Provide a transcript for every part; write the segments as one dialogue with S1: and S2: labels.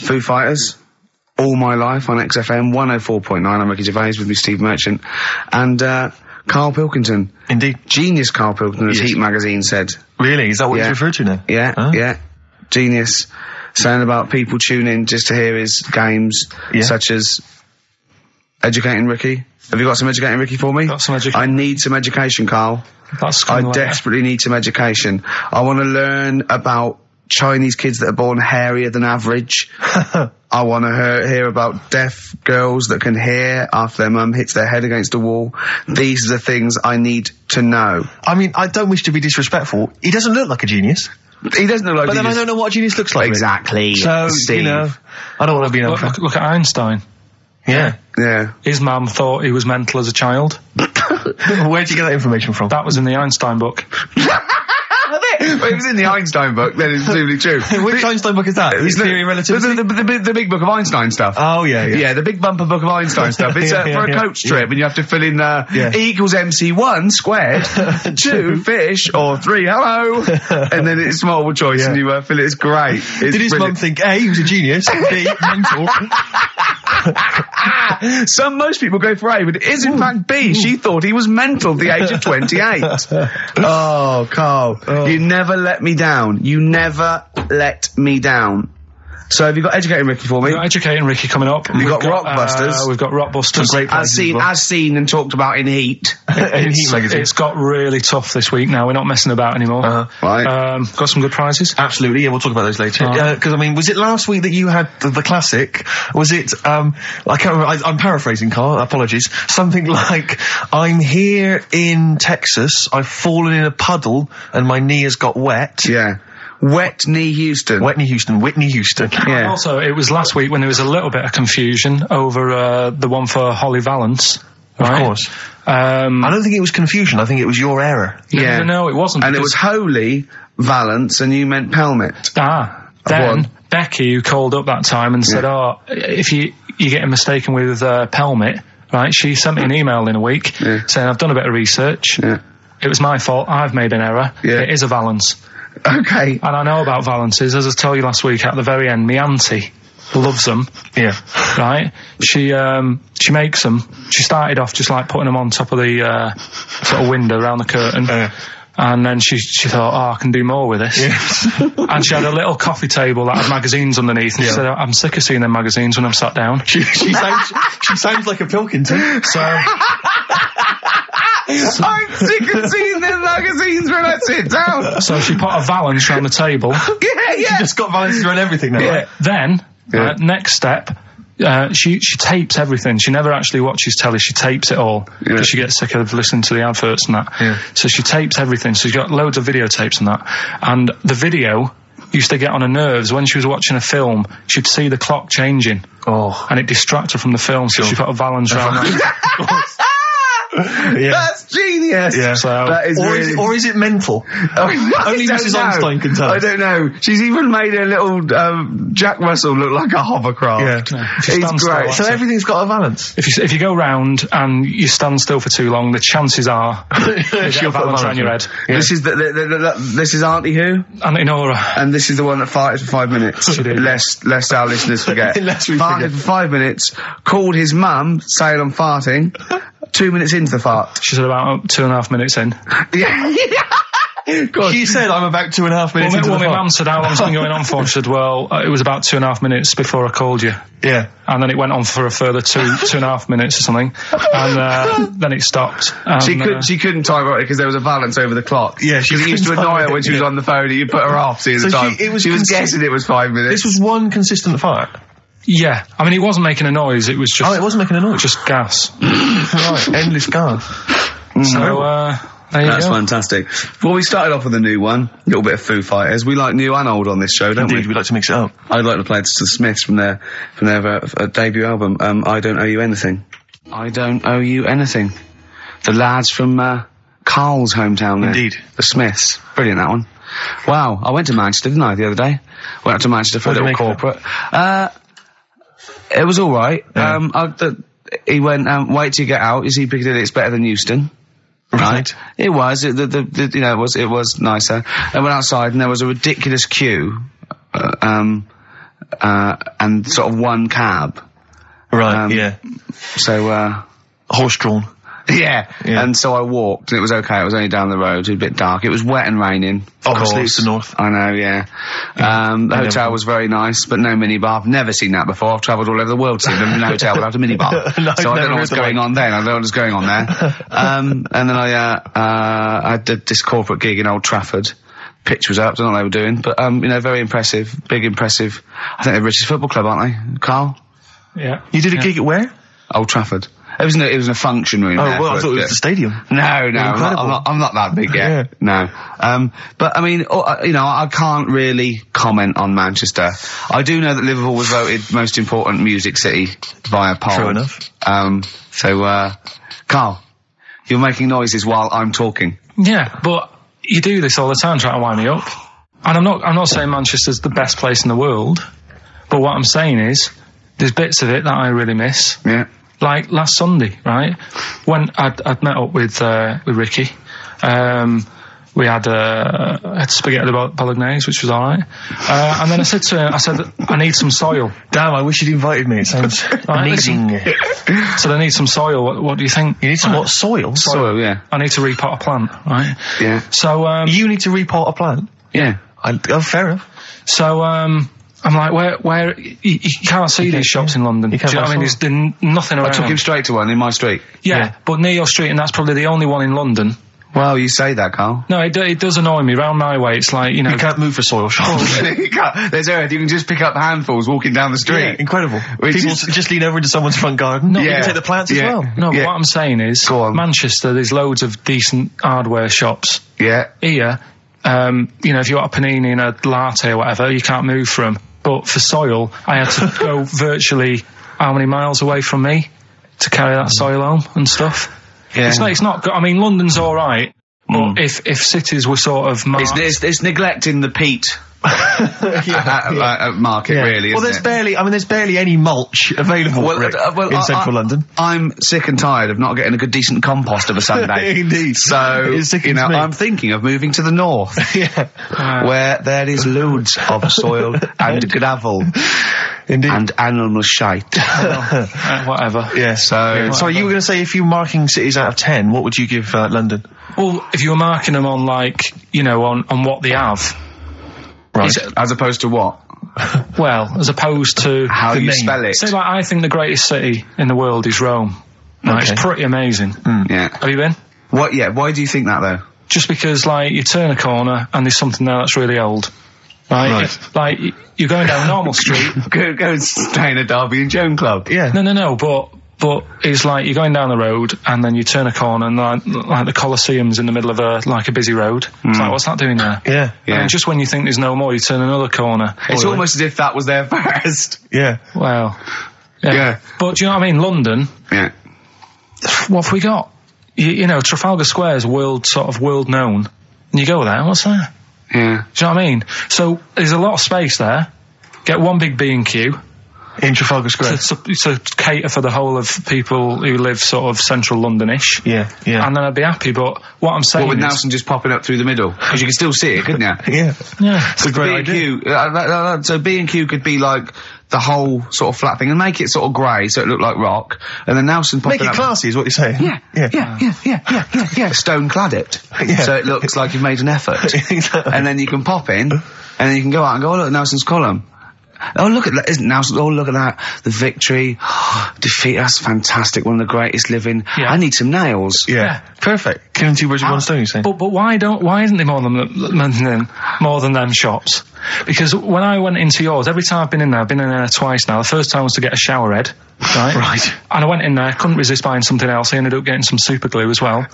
S1: Foo Fighters all my life on XFM 104.9. I'm Ricky Gervais with me, Steve Merchant, and uh, Carl Pilkington.
S2: Indeed.
S1: Genius Carl Pilkington, as
S2: Yes.
S1: Heat magazine said.
S2: Really? Is that what
S1: Yeah.
S2: he's referred to now?
S1: Yeah,
S2: Huh?
S1: yeah. Genius. Saying about people tuning in just to hear his games,
S2: Yeah.
S1: such as Educating Ricky. Have you got some Educating Ricky for me?
S2: Got some educa-
S1: I need some education, Carl.
S2: That's
S1: I
S2: kind of like
S1: desperately need some education. I want to learn about Chinese kids that are born hairier than average. I want to hear, hear about deaf girls that can hear after their mum hits their head against a wall. These are the things I need to know.
S2: I mean, I don't wish to be disrespectful. He doesn't look like a genius.
S1: He doesn't look like.
S2: But
S1: he
S2: then I
S1: just-
S2: don't know what a genius looks like.
S1: exactly.
S2: So,
S1: Steve.
S2: you know, I don't want to be an
S3: Look,
S2: alpha.
S3: look, look at Einstein.
S2: Yeah.
S1: Yeah.
S3: His mum thought he was mental as a child.
S2: Where'd you get that information from?
S3: That was in the Einstein book.
S1: Well, it was in the Einstein book. Then it's presumably true.
S2: Which Einstein book is that? His
S1: the-
S2: theory of relativity?
S1: The, the- the big- the big book of Einstein stuff.
S2: Oh, yeah, yeah.
S1: yeah. the big bumper book of Einstein stuff. It's uh,
S2: Yeah,
S1: for a
S2: yeah,
S1: coach trip, and you have to fill in uh,
S2: Yeah.
S1: E equals MC1 squared, two fish, or three hello, and then it's multiple choice, and you uh, fill it. It's great. It's
S2: Did his mum
S1: brilliant.
S2: think, A, he was a genius, B, mental?
S1: Some most people go for A, but it is in fact B. She thought he was mental at the age of 28. oh, Carl, you never let me down. You never let me down. So have you got educating Ricky for me?
S3: We've got Educating Ricky coming up.
S1: We've
S3: We've
S1: got Rockbusters.
S3: Uh, we've got Rockbusters.
S2: great
S1: As seen, as seen and talked about in Heat.
S2: in Heat
S3: It's,
S2: magazine.
S3: it's got really tough this week now. We're not messing about anymore.
S2: Uh-huh.
S1: Right.
S3: Um, got some good prizes.
S2: Absolutely, yeah, we'll talk about those later.
S3: All
S2: Because, I mean, was it last week that you had the, the classic? Was it, um, I can't remember, I, I'm paraphrasing, Carl, apologies. Something like, I'm here in Texas, I've fallen in a puddle and my knee has got wet.
S1: Yeah. Wet knee Houston.
S2: Whitney Houston, Whitney Houston.
S1: Yeah.
S3: Also, it was last week when there was a little bit of confusion over uh, the one for Holly Valance. Right?
S2: course.
S3: Um,
S2: I don't think it was confusion, I think it was your error.
S3: no,
S1: Yeah.
S3: no, no, it wasn't.
S1: And it was
S3: because-
S1: holy valance, and you meant pelmet.
S3: ah.
S1: one.
S3: Then Becky, who called up that time and said, "Oh, if you you getting mistaken with uh, Pelmet, right?" She sent me an email in a week
S1: Yeah.
S3: saying, "I've done a bit of research.
S1: Yeah.
S3: It was my fault. I've made an error.
S1: Yeah.
S3: It is a Valance."
S1: Okay.
S3: And I know about valances. As I told you last week, at the very end, my auntie loves them,
S2: Yeah.
S3: right? She um, she makes them. She started off just like putting them on top of the uh, sort of window around the curtain.
S2: Yeah.
S3: And then she she thought, oh, I can do more with this. and she had a little coffee table that had magazines underneath, and she
S2: Yeah.
S3: said, I'm sick of seeing them magazines when I'm sat down.
S2: She, she, sounds, she sounds like a Pilkington.
S3: So
S1: I'm sick of seeing the magazines when I sit down.
S3: so she put a valance around the table.
S1: Yeah, yeah.
S2: Just got Valentine's on everything now. right?
S3: Then,
S1: Yeah.
S3: uh, next step, uh, she she tapes everything. She never actually watches telly. She tapes it all because
S1: Yeah.
S3: she gets sick of listening to the adverts and that.
S2: Yeah.
S3: So she tapes everything. So she's got loads of videotapes and that. And the video used to get on her nerves when she was watching a film. She'd see the clock changing
S2: Oh.
S3: and it distracted her from the film. So she put a valance around that.
S2: Yeah.
S1: That's genius.
S2: Yeah.
S3: So
S1: That is
S2: Or
S1: really.
S2: is, it, or is it mental?
S1: I
S2: only
S1: don't
S2: Mrs.
S1: know.
S2: Einstein can tell
S1: I
S2: us.
S1: don't know. She's even made her little um, Jack Russell look like a hovercraft.
S2: Yeah. No,
S3: she
S1: it's
S3: stands
S1: great.
S3: still,
S2: So everything's got a balance.
S3: If you, if you go round and you stand still for too long, the chances are you'll get a
S2: put a
S3: valance around
S2: valance
S3: your
S2: on.
S3: head.
S1: This is the, the, the, the- this is Auntie Who,
S3: And in aura.
S1: and this is the one that farted for five minutes.
S3: She did.
S1: lest lest our listeners forget.
S2: Lest we
S1: farted
S2: forget.
S1: for five minutes. Called his mum, saying I'm farting. Two minutes into the fart.
S3: She said about two and a half minutes in.
S1: Yeah.
S2: She said, I'm about two and a half minutes
S3: Well, my,
S2: into
S3: well,
S2: the
S3: my
S2: pot.
S3: mum said, How long's it been going on for? She said, Well, uh, it was about two and a half minutes before I called you.
S2: Yeah.
S3: And then it went on for a further two, two and a half minutes or something. And uh, then it stopped. And,
S1: She,
S3: uh,
S1: could, she couldn't time it because there was a balance over the clock.
S2: Yeah, she
S1: 'Cause it used to
S2: couldn't
S1: annoy
S2: time
S1: her when
S2: it,
S1: she was
S2: yeah.
S1: on the phone. and You put her off seeing the
S2: So she-
S1: time. She,
S2: it was
S1: was
S2: consi-
S1: guessing it was five minutes.
S2: This was one consistent fart.
S3: yeah. I mean, it wasn't making a noise. It was just,
S2: Oh, it wasn't making a noise.
S3: just gas.
S2: right. Endless gas. Mm.
S3: So, uh, there you
S1: That's
S3: go.
S1: fantastic. Well, we started off with a new one, a little bit of Foo Fighters. We like new and old on this show, don't
S2: Indeed,
S1: we?
S2: we like to mix it up.
S1: I'd like to play this to the Smiths from their from their uh, uh, debut album. Um, I don't owe you anything. I don't owe you anything. The lads from uh, Carl's hometown. There.
S2: Indeed.
S1: the Smiths. Brilliant that one. Wow, I went to Manchester, didn't I, the other day? Went up to Manchester for
S2: What
S1: a
S2: did you
S1: little
S2: make of
S1: corporate. Uh, it was all right. Um, I, the, he went. Um, Wait till you get out. You see Piccadilly? It's better than Euston.
S2: Right.
S1: It was. It, the, the, the, you know, it was. It was nicer. I went outside and there was a ridiculous queue. Uh, um, uh, and sort of one cab.
S2: Right.
S1: Um,
S2: yeah.
S1: So, uh,
S2: Horse drawn.
S1: yeah.
S2: Yeah.
S1: And so I walked and it was okay. It was only down the road. It was a bit dark. It was wet and raining.
S2: Obviously,
S1: course.
S2: it's the north.
S1: I know, yeah. Um, the
S2: I know.
S1: hotel was very nice, but no minibar. I've never seen that before. I've travelled all over the world seen them in a hotel without a minibar.
S2: No,
S1: so I
S2: no,
S1: don't know what's
S2: neither
S1: going on there. I don't know what's going on there. Um, and then I, uh, uh, I did this corporate gig in Old Trafford. Pitch was up, don't know what they were doing, but, um, you know, very impressive, big impressive. I think they're British Football Club, aren't they? Carl?
S3: Yeah.
S2: You did a
S3: Yeah.
S2: gig at where?
S1: Old Trafford. It was in a, it was in a function room.
S2: Oh,
S1: there
S2: well, I
S1: for a
S2: thought it was
S1: bit.
S2: the stadium.
S1: No, no, I'm not,
S2: Incredible.
S1: I'm, not, I'm not that big yet.
S2: Yeah.
S1: No, um, but I mean, oh, uh, you know, I can't really comment on Manchester. I do know that Liverpool was voted most important music city via poll.
S2: True enough.
S1: Um, so, uh, Carl, you're making noises while I'm talking.
S3: Yeah, but you do this all the time, trying to wind me up. And I'm not, I'm not saying Manchester's the best place in the world, but what I'm saying is there's bits of it that I really miss.
S1: Yeah,
S3: Like last Sunday, right? When I'd, I'd met up with uh, with Ricky, um, we had, uh, had spaghetti bol- bolognese, which was all right. Uh, and then I said to him, I said, I need some soil.
S2: Damn, I wish you'd invited me. It sounds
S3: right,
S2: amazing. you
S3: So I need some soil. What, what do you think?
S2: need some what soil?
S1: soil. Yeah,
S3: I need to repot a plant, right?
S1: yeah,
S3: So um,
S2: You need to repot a plant.
S1: yeah.
S2: I, oh, fair enough.
S3: So um, I'm like, where, where? You, you can't see these shops in London.
S2: You can't
S3: Do you know what I mean?
S2: buy
S3: There's there's n- nothing around.
S1: I took him straight to one in my street.
S3: yeah,
S2: yeah.
S3: but near your street, and that's probably the only one in London.
S1: Well, you say that, Carl.
S3: No, it, do- it does annoy me. Round my way, it's like you know.
S2: You can't move for soil, Sean.
S1: You can't- There's earth. You can just pick up handfuls walking down the
S2: Yeah,
S1: street.
S2: incredible.
S1: Which
S2: People
S1: is-
S2: s- just lean over into someone's front garden. You
S1: Yeah.
S2: can take the plants
S1: Yeah.
S2: as well.
S3: Oh, no, but
S1: yeah.
S3: what I'm saying is,
S1: Go on.
S3: Manchester, there's loads of decent hardware shops.
S1: yeah.
S3: Here, um, you know, if you want a panini and a latte or whatever, you can't move from. But for soil, I had to go virtually how many miles away from me to carry that soil home and stuff.
S1: Mm. yeah. Mm.
S3: It's not. It's not. Good. I mean, London's all right. But if if cities were sort of marked,
S1: It's, it's, it's neglecting the peat uh, uh, uh, market, really.
S2: well,
S1: isn't
S2: there's
S1: it?
S2: barely. I mean, there's barely any mulch available Rick,
S1: uh, well,
S2: in
S1: I-
S2: central
S1: I-
S2: London.
S1: I'm sick and tired of not getting a good, decent compost of a Sunday.
S2: Indeed.
S1: So,
S2: It sickens
S1: you know,
S2: me.
S1: I'm thinking of moving to the north,
S2: yeah,
S1: where there is loads of soil and gravel
S2: indeed.
S1: and animal shite.
S3: uh, whatever.
S2: yeah.
S1: So,
S2: So you were going to say if you were marking cities out of ten, what would you give uh, London?
S3: Well, if you were marking them on like you know on on what they have,
S2: Right.
S1: as opposed to what?
S3: well, as opposed to
S1: How
S2: The
S1: you
S2: name.
S1: spell it?
S3: say like I think the greatest city in the world is Rome. Right,
S2: Okay.
S3: It's pretty amazing.
S1: Yeah.
S3: Have you been?
S1: What? Yeah. Why do you think that though?
S3: Just because like you turn a corner and there's something there that's really old. Right.
S2: Right.
S3: If- like y- you're going down normal street.
S1: Go, go and stay in a Derby and Joan club.
S2: yeah.
S3: No, no, no. But but it's like you're going down the road and then you turn a corner and like, like the Colosseum's in the middle of a like a busy road. It's like what's that doing there?
S2: Yeah.
S1: Hmm. Yeah.
S3: And just when you think there's no more, you turn another corner.
S1: It's almost as if that was there first.
S2: Yeah.
S3: Wow.
S1: Yeah.
S3: But do you know what I mean? London,
S1: Yeah.
S3: what have we got? You, you know, Trafalgar Square is world sort of world known. And you go there, what's there?
S1: Yeah.
S3: Do you know what I mean? So there's a lot of space there. Get one big B and Q
S2: In Trafalgar Square.
S3: to, to, to cater for the whole of people who live sort of central Londonish.
S2: yeah. Yeah.
S3: And then I'd be happy. But what I'm saying
S1: What with
S3: is,
S1: Nelson just popping up through the middle? Because you can still see it, couldn't you?
S2: yeah.
S3: yeah,
S2: It's a great idea.
S1: B&Q, uh, that- that- that- so B and Q could be like the whole sort of flat thing and make it sort of grey so it looked like rock, and then Nelson popping
S2: Make it
S1: up.
S2: classy, is what you're saying.
S1: Yeah, yeah, yeah, yeah, yeah, yeah, yeah, Stone clad it,
S2: Yeah.
S1: so it looks like you've made an effort,
S2: Exactly.
S1: and then you can pop in, and then you can go out and go, oh look, Nelson's column. Oh look at that! Isn't Nelson? Oh look at that! The victory, defeat. That's fantastic. One of the greatest living.
S3: Yeah.
S1: I need some nails.
S2: Yeah. Perfect. Killing two birds with one stone, you're saying?
S3: But but why don't why isn't there more than than them more than them shops? Because when I went into yours, every time I've been in there, I've been in there twice now. The first time was to get a shower head, right?
S2: Right.
S3: And I went in there, couldn't resist buying something else. I ended up getting some super glue as well.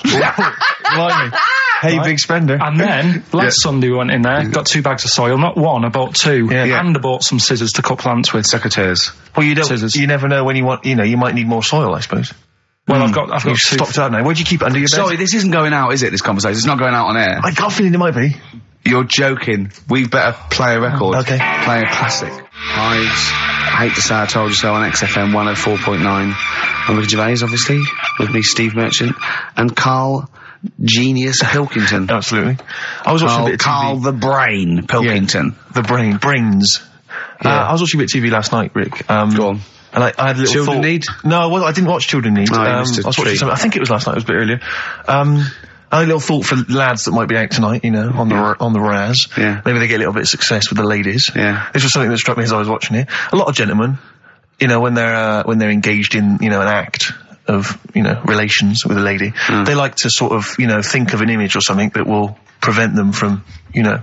S2: Blimey. Hey, big spender.
S3: And then last Sunday we went in there, got two bags of soil, not one, I bought two,
S2: Yeah. Yeah.
S3: and I bought some scissors to cut plants with.
S1: Secateurs.
S2: well, you don't.
S3: Scissors.
S2: You never know when you want. You know, you might need more soil, I suppose.
S3: Well, I've got I've got
S2: You've
S3: two.
S2: stopped out now. Where do Hmm. you keep it under your bed?
S1: Sorry, this isn't going out, is it? This conversation. It's not going out on air.
S2: I got a feeling it might be.
S1: You're joking. We better play a record.
S2: Okay.
S1: Play a classic. Hives. I hate to say I told you so on XFM 104.9. I'm with Gervais, obviously. With me, Steve Merchant. And Carl Genius Pilkington.
S2: Absolutely. I was watching Oh, a
S1: Carl,
S2: bit of TV.
S1: Carl the Brain Pilkington.
S2: The brain, brains. Uh, I was watching a bit of TV last night, Rick. Um,
S1: Go on.
S2: And I, I had a little
S1: Children
S2: thought-
S1: Need?
S2: No, I, was, I didn't watch Children Need.
S1: No, you
S2: um,
S1: missed a
S2: I was watching
S1: treat.
S2: something. I think it was last night. It was a bit earlier. Um, I had a little thought for lads that might be out tonight. You know, on the r on the Raz.
S1: Yeah.
S2: Maybe they get a little bit of success with the ladies.
S1: Yeah.
S2: This was something that struck me as I was watching it. A lot of gentlemen, you know, when they're uh, when they're engaged in you know an act. Of you know relations with a lady,
S1: Hmm.
S2: they like to sort of you know think of an image or something that will prevent them from you know,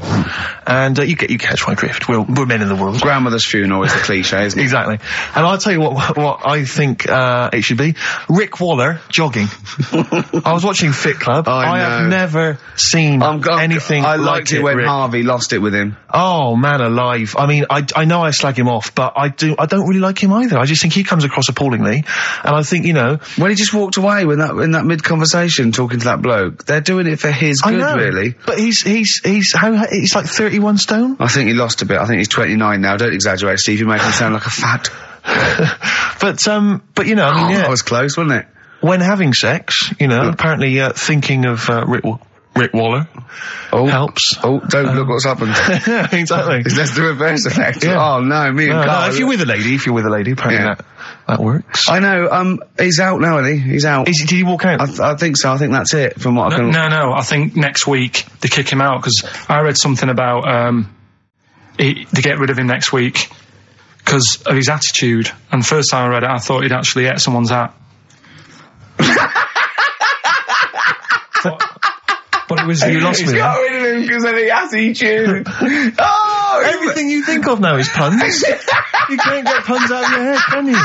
S2: and uh, you get you catch my drift. We're we're men in the world,
S1: Grandmother's funeral is the cliche, isn't it?
S2: Exactly. And I'll tell you what what, what I think uh, it should be. Rick Waller jogging. I was watching Fit Club.
S1: I
S2: have
S1: know.
S2: never seen
S1: I'm, I'm,
S2: anything
S1: I
S2: like
S1: liked
S2: it.
S1: it when
S2: Rick.
S1: Harvey lost it with him.
S2: Oh man, alive! I mean, I, I know I slag him off, but I do I don't really like him either. I just think he comes across appallingly, and I think you know
S1: When he just walked away when that in that mid conversation talking to that bloke, they're doing it for his
S2: I
S1: good,
S2: know,
S1: really.
S2: But he's he's he's how he's like thirty one stone.
S1: I think he lost a bit. I think he's 29 now. Don't exaggerate, Steve. You make him sound like a fat.
S2: but um, but you know, I mean, yeah.
S1: That Oh, was close, wasn't it?
S2: when having sex, you know, apparently uh, thinking of uh, Rick Wa- Rick Waller
S1: Oh,
S2: helps.
S1: oh, don't
S2: Um,
S1: look what's happened.
S2: exactly.
S1: It's less the reverse effect.
S2: Yeah.
S1: Oh no, me and
S2: No, no,
S1: Carl.
S2: if you're with a lady, if you're with a lady, apparently
S1: Yeah.
S2: that, that works.
S1: I know. Um, he's out now, isn't he? He's out.
S2: Is, did he walk out?
S1: I, th- I think so. I think that's it from what I
S3: No,
S1: can.
S3: no, no. I think next week they kick him out because I read something about um, he, they get rid of him next week because of his attitude. And first time I read it, I thought he'd actually ate someone's hat. but, but it was you lost me.
S1: got rid of him because of the attitude. oh,
S2: Everything you think of now is puns. you can't get puns out of your head, can you?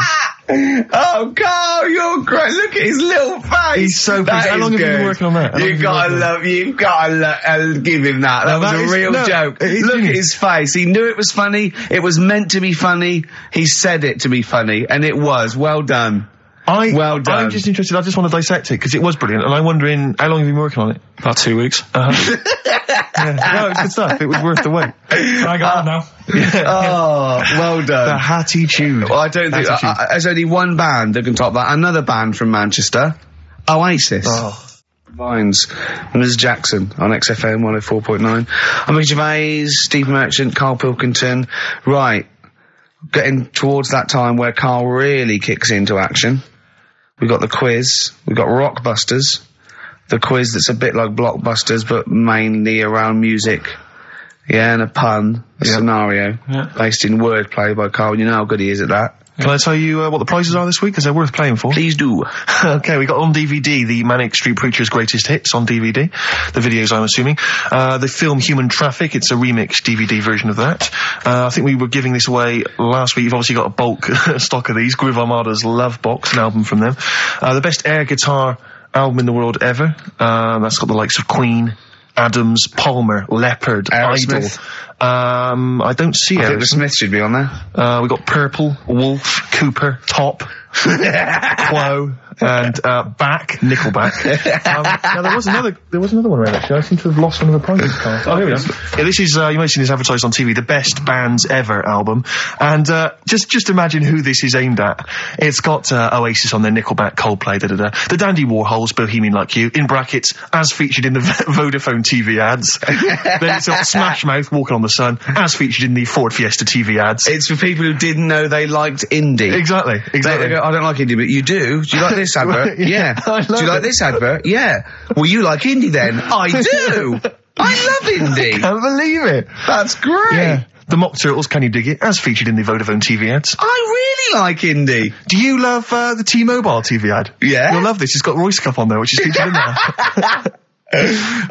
S1: Oh, Carl, you're great. Look at his little face.
S2: He's so
S1: That
S2: pleased. How
S1: is
S2: long have you been
S1: good.
S2: working on that? How long have
S1: You've
S2: you
S1: got to
S2: been working
S1: love, you've got to lo- uh, give him that. That
S2: No,
S1: was
S2: that
S1: a
S2: is-
S1: real
S2: no,
S1: joke.
S2: it is
S1: Look at
S2: genius.
S1: his face. He knew it was funny. It was meant to be funny. He said it to be funny, and it was. Well done.
S2: I,
S1: Well done.
S2: I'm just interested. I just want to dissect it because it was brilliant, and I'm wondering how long have you been working on it?
S3: About two weeks. Uh,
S2: Yeah. no, it's good stuff. It was worth the wait.
S3: I got it now.
S1: Oh, well done.
S2: The attitude.
S1: Well, I don't think I,
S2: Attitude.
S1: I, there's only one band that can top that. Another band from Manchester, Oasis.
S2: Oh.
S1: Vines, Ms. Jackson on XFM 104.9. I'm Ricky Gervais, Steve Merchant, Carl Pilkington. Right, getting towards that time where Carl really kicks into action. We've got the quiz, we've got Rockbusters, the quiz that's a bit like Blockbusters but mainly around music. Yeah, and a pun, a scenario
S3: Yeah.
S1: based in wordplay by Carl. You know how good he is at that.
S2: Can I tell you uh, what the prizes are this week? Because they're worth playing for.
S1: Please do.
S2: okay, we got on DVD the Manic Street Preacher's Greatest Hits on DVD. The videos, I'm assuming. Uh, the film Human Traffic, it's a remix DVD version of that. Uh, I think we were giving this away last week. You've obviously got a bulk stock of these. Groove Armada's Love Box, an album from them. Uh, the best air guitar album in the world ever. Uh, that's got the likes of Queen. Adams, Palmer, Leopard, Idol.
S1: Aerosmith.
S2: Um, I don't see
S1: I think the
S2: Aerosmith.
S1: Smith should be on there.
S2: Uh, we got Purple, Wolf, Cooper, Top, Quo, and uh, Back, Nickelback. Um, now there was another, there was another one around actually. I seem to have lost one of the prizes cards. Oh, here we go. Yeah, this is uh, you mentioned this advertised on TV, the best bands ever album, and uh, just just imagine who this is aimed at. It's got uh, Oasis on there, Nickelback, Coldplay, da da da. The Dandy Warhols, Bohemian Like You, in brackets as featured in the Vodafone TV ads. then it's got Smash Mouth, Walking on the Sun, as featured in the Ford Fiesta TV ads.
S1: It's for people who didn't know they liked indie.
S2: Exactly,
S1: They- they
S2: exactly.
S1: go, I don't like indie, but you do. Do you like this advert?
S2: Yeah,
S1: yeah.
S2: I
S1: Do you
S2: love
S1: like
S2: it.
S1: this advert? Yeah. Well, you like indie then. I do. I love indie.
S2: Can't believe it.
S1: That's great.
S2: The Mock Turtles, Can You Dig It? As featured in the Vodafone TV ads.
S1: I really like indie.
S2: Do you love uh, the T-Mobile TV ad?
S1: Yeah.
S2: You'll love this. It's got Royce Cup on there, which is featured in there. so,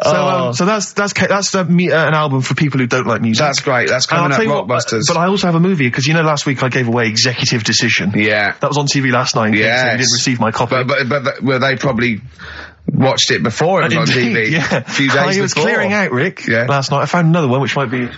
S1: Oh.
S2: um, so that's that's ca- that's uh, me, uh, an album for people who don't like music.
S1: That's great. That's
S2: And I'll
S1: coming up
S2: tell you what,
S1: Rockbusters.
S2: but I also have a movie because you know last week I gave away Executive Decision.
S1: yeah.
S2: That was on TV last night. in case
S1: Yes.
S2: you didn't receive my copy.
S1: But, but, but, but well, they probably watched it before it was on TV.
S2: Indeed, Yeah.
S1: A few days
S2: I was
S1: before.
S2: clearing out, Rick.
S1: Yeah.
S2: Last night I found another one which might be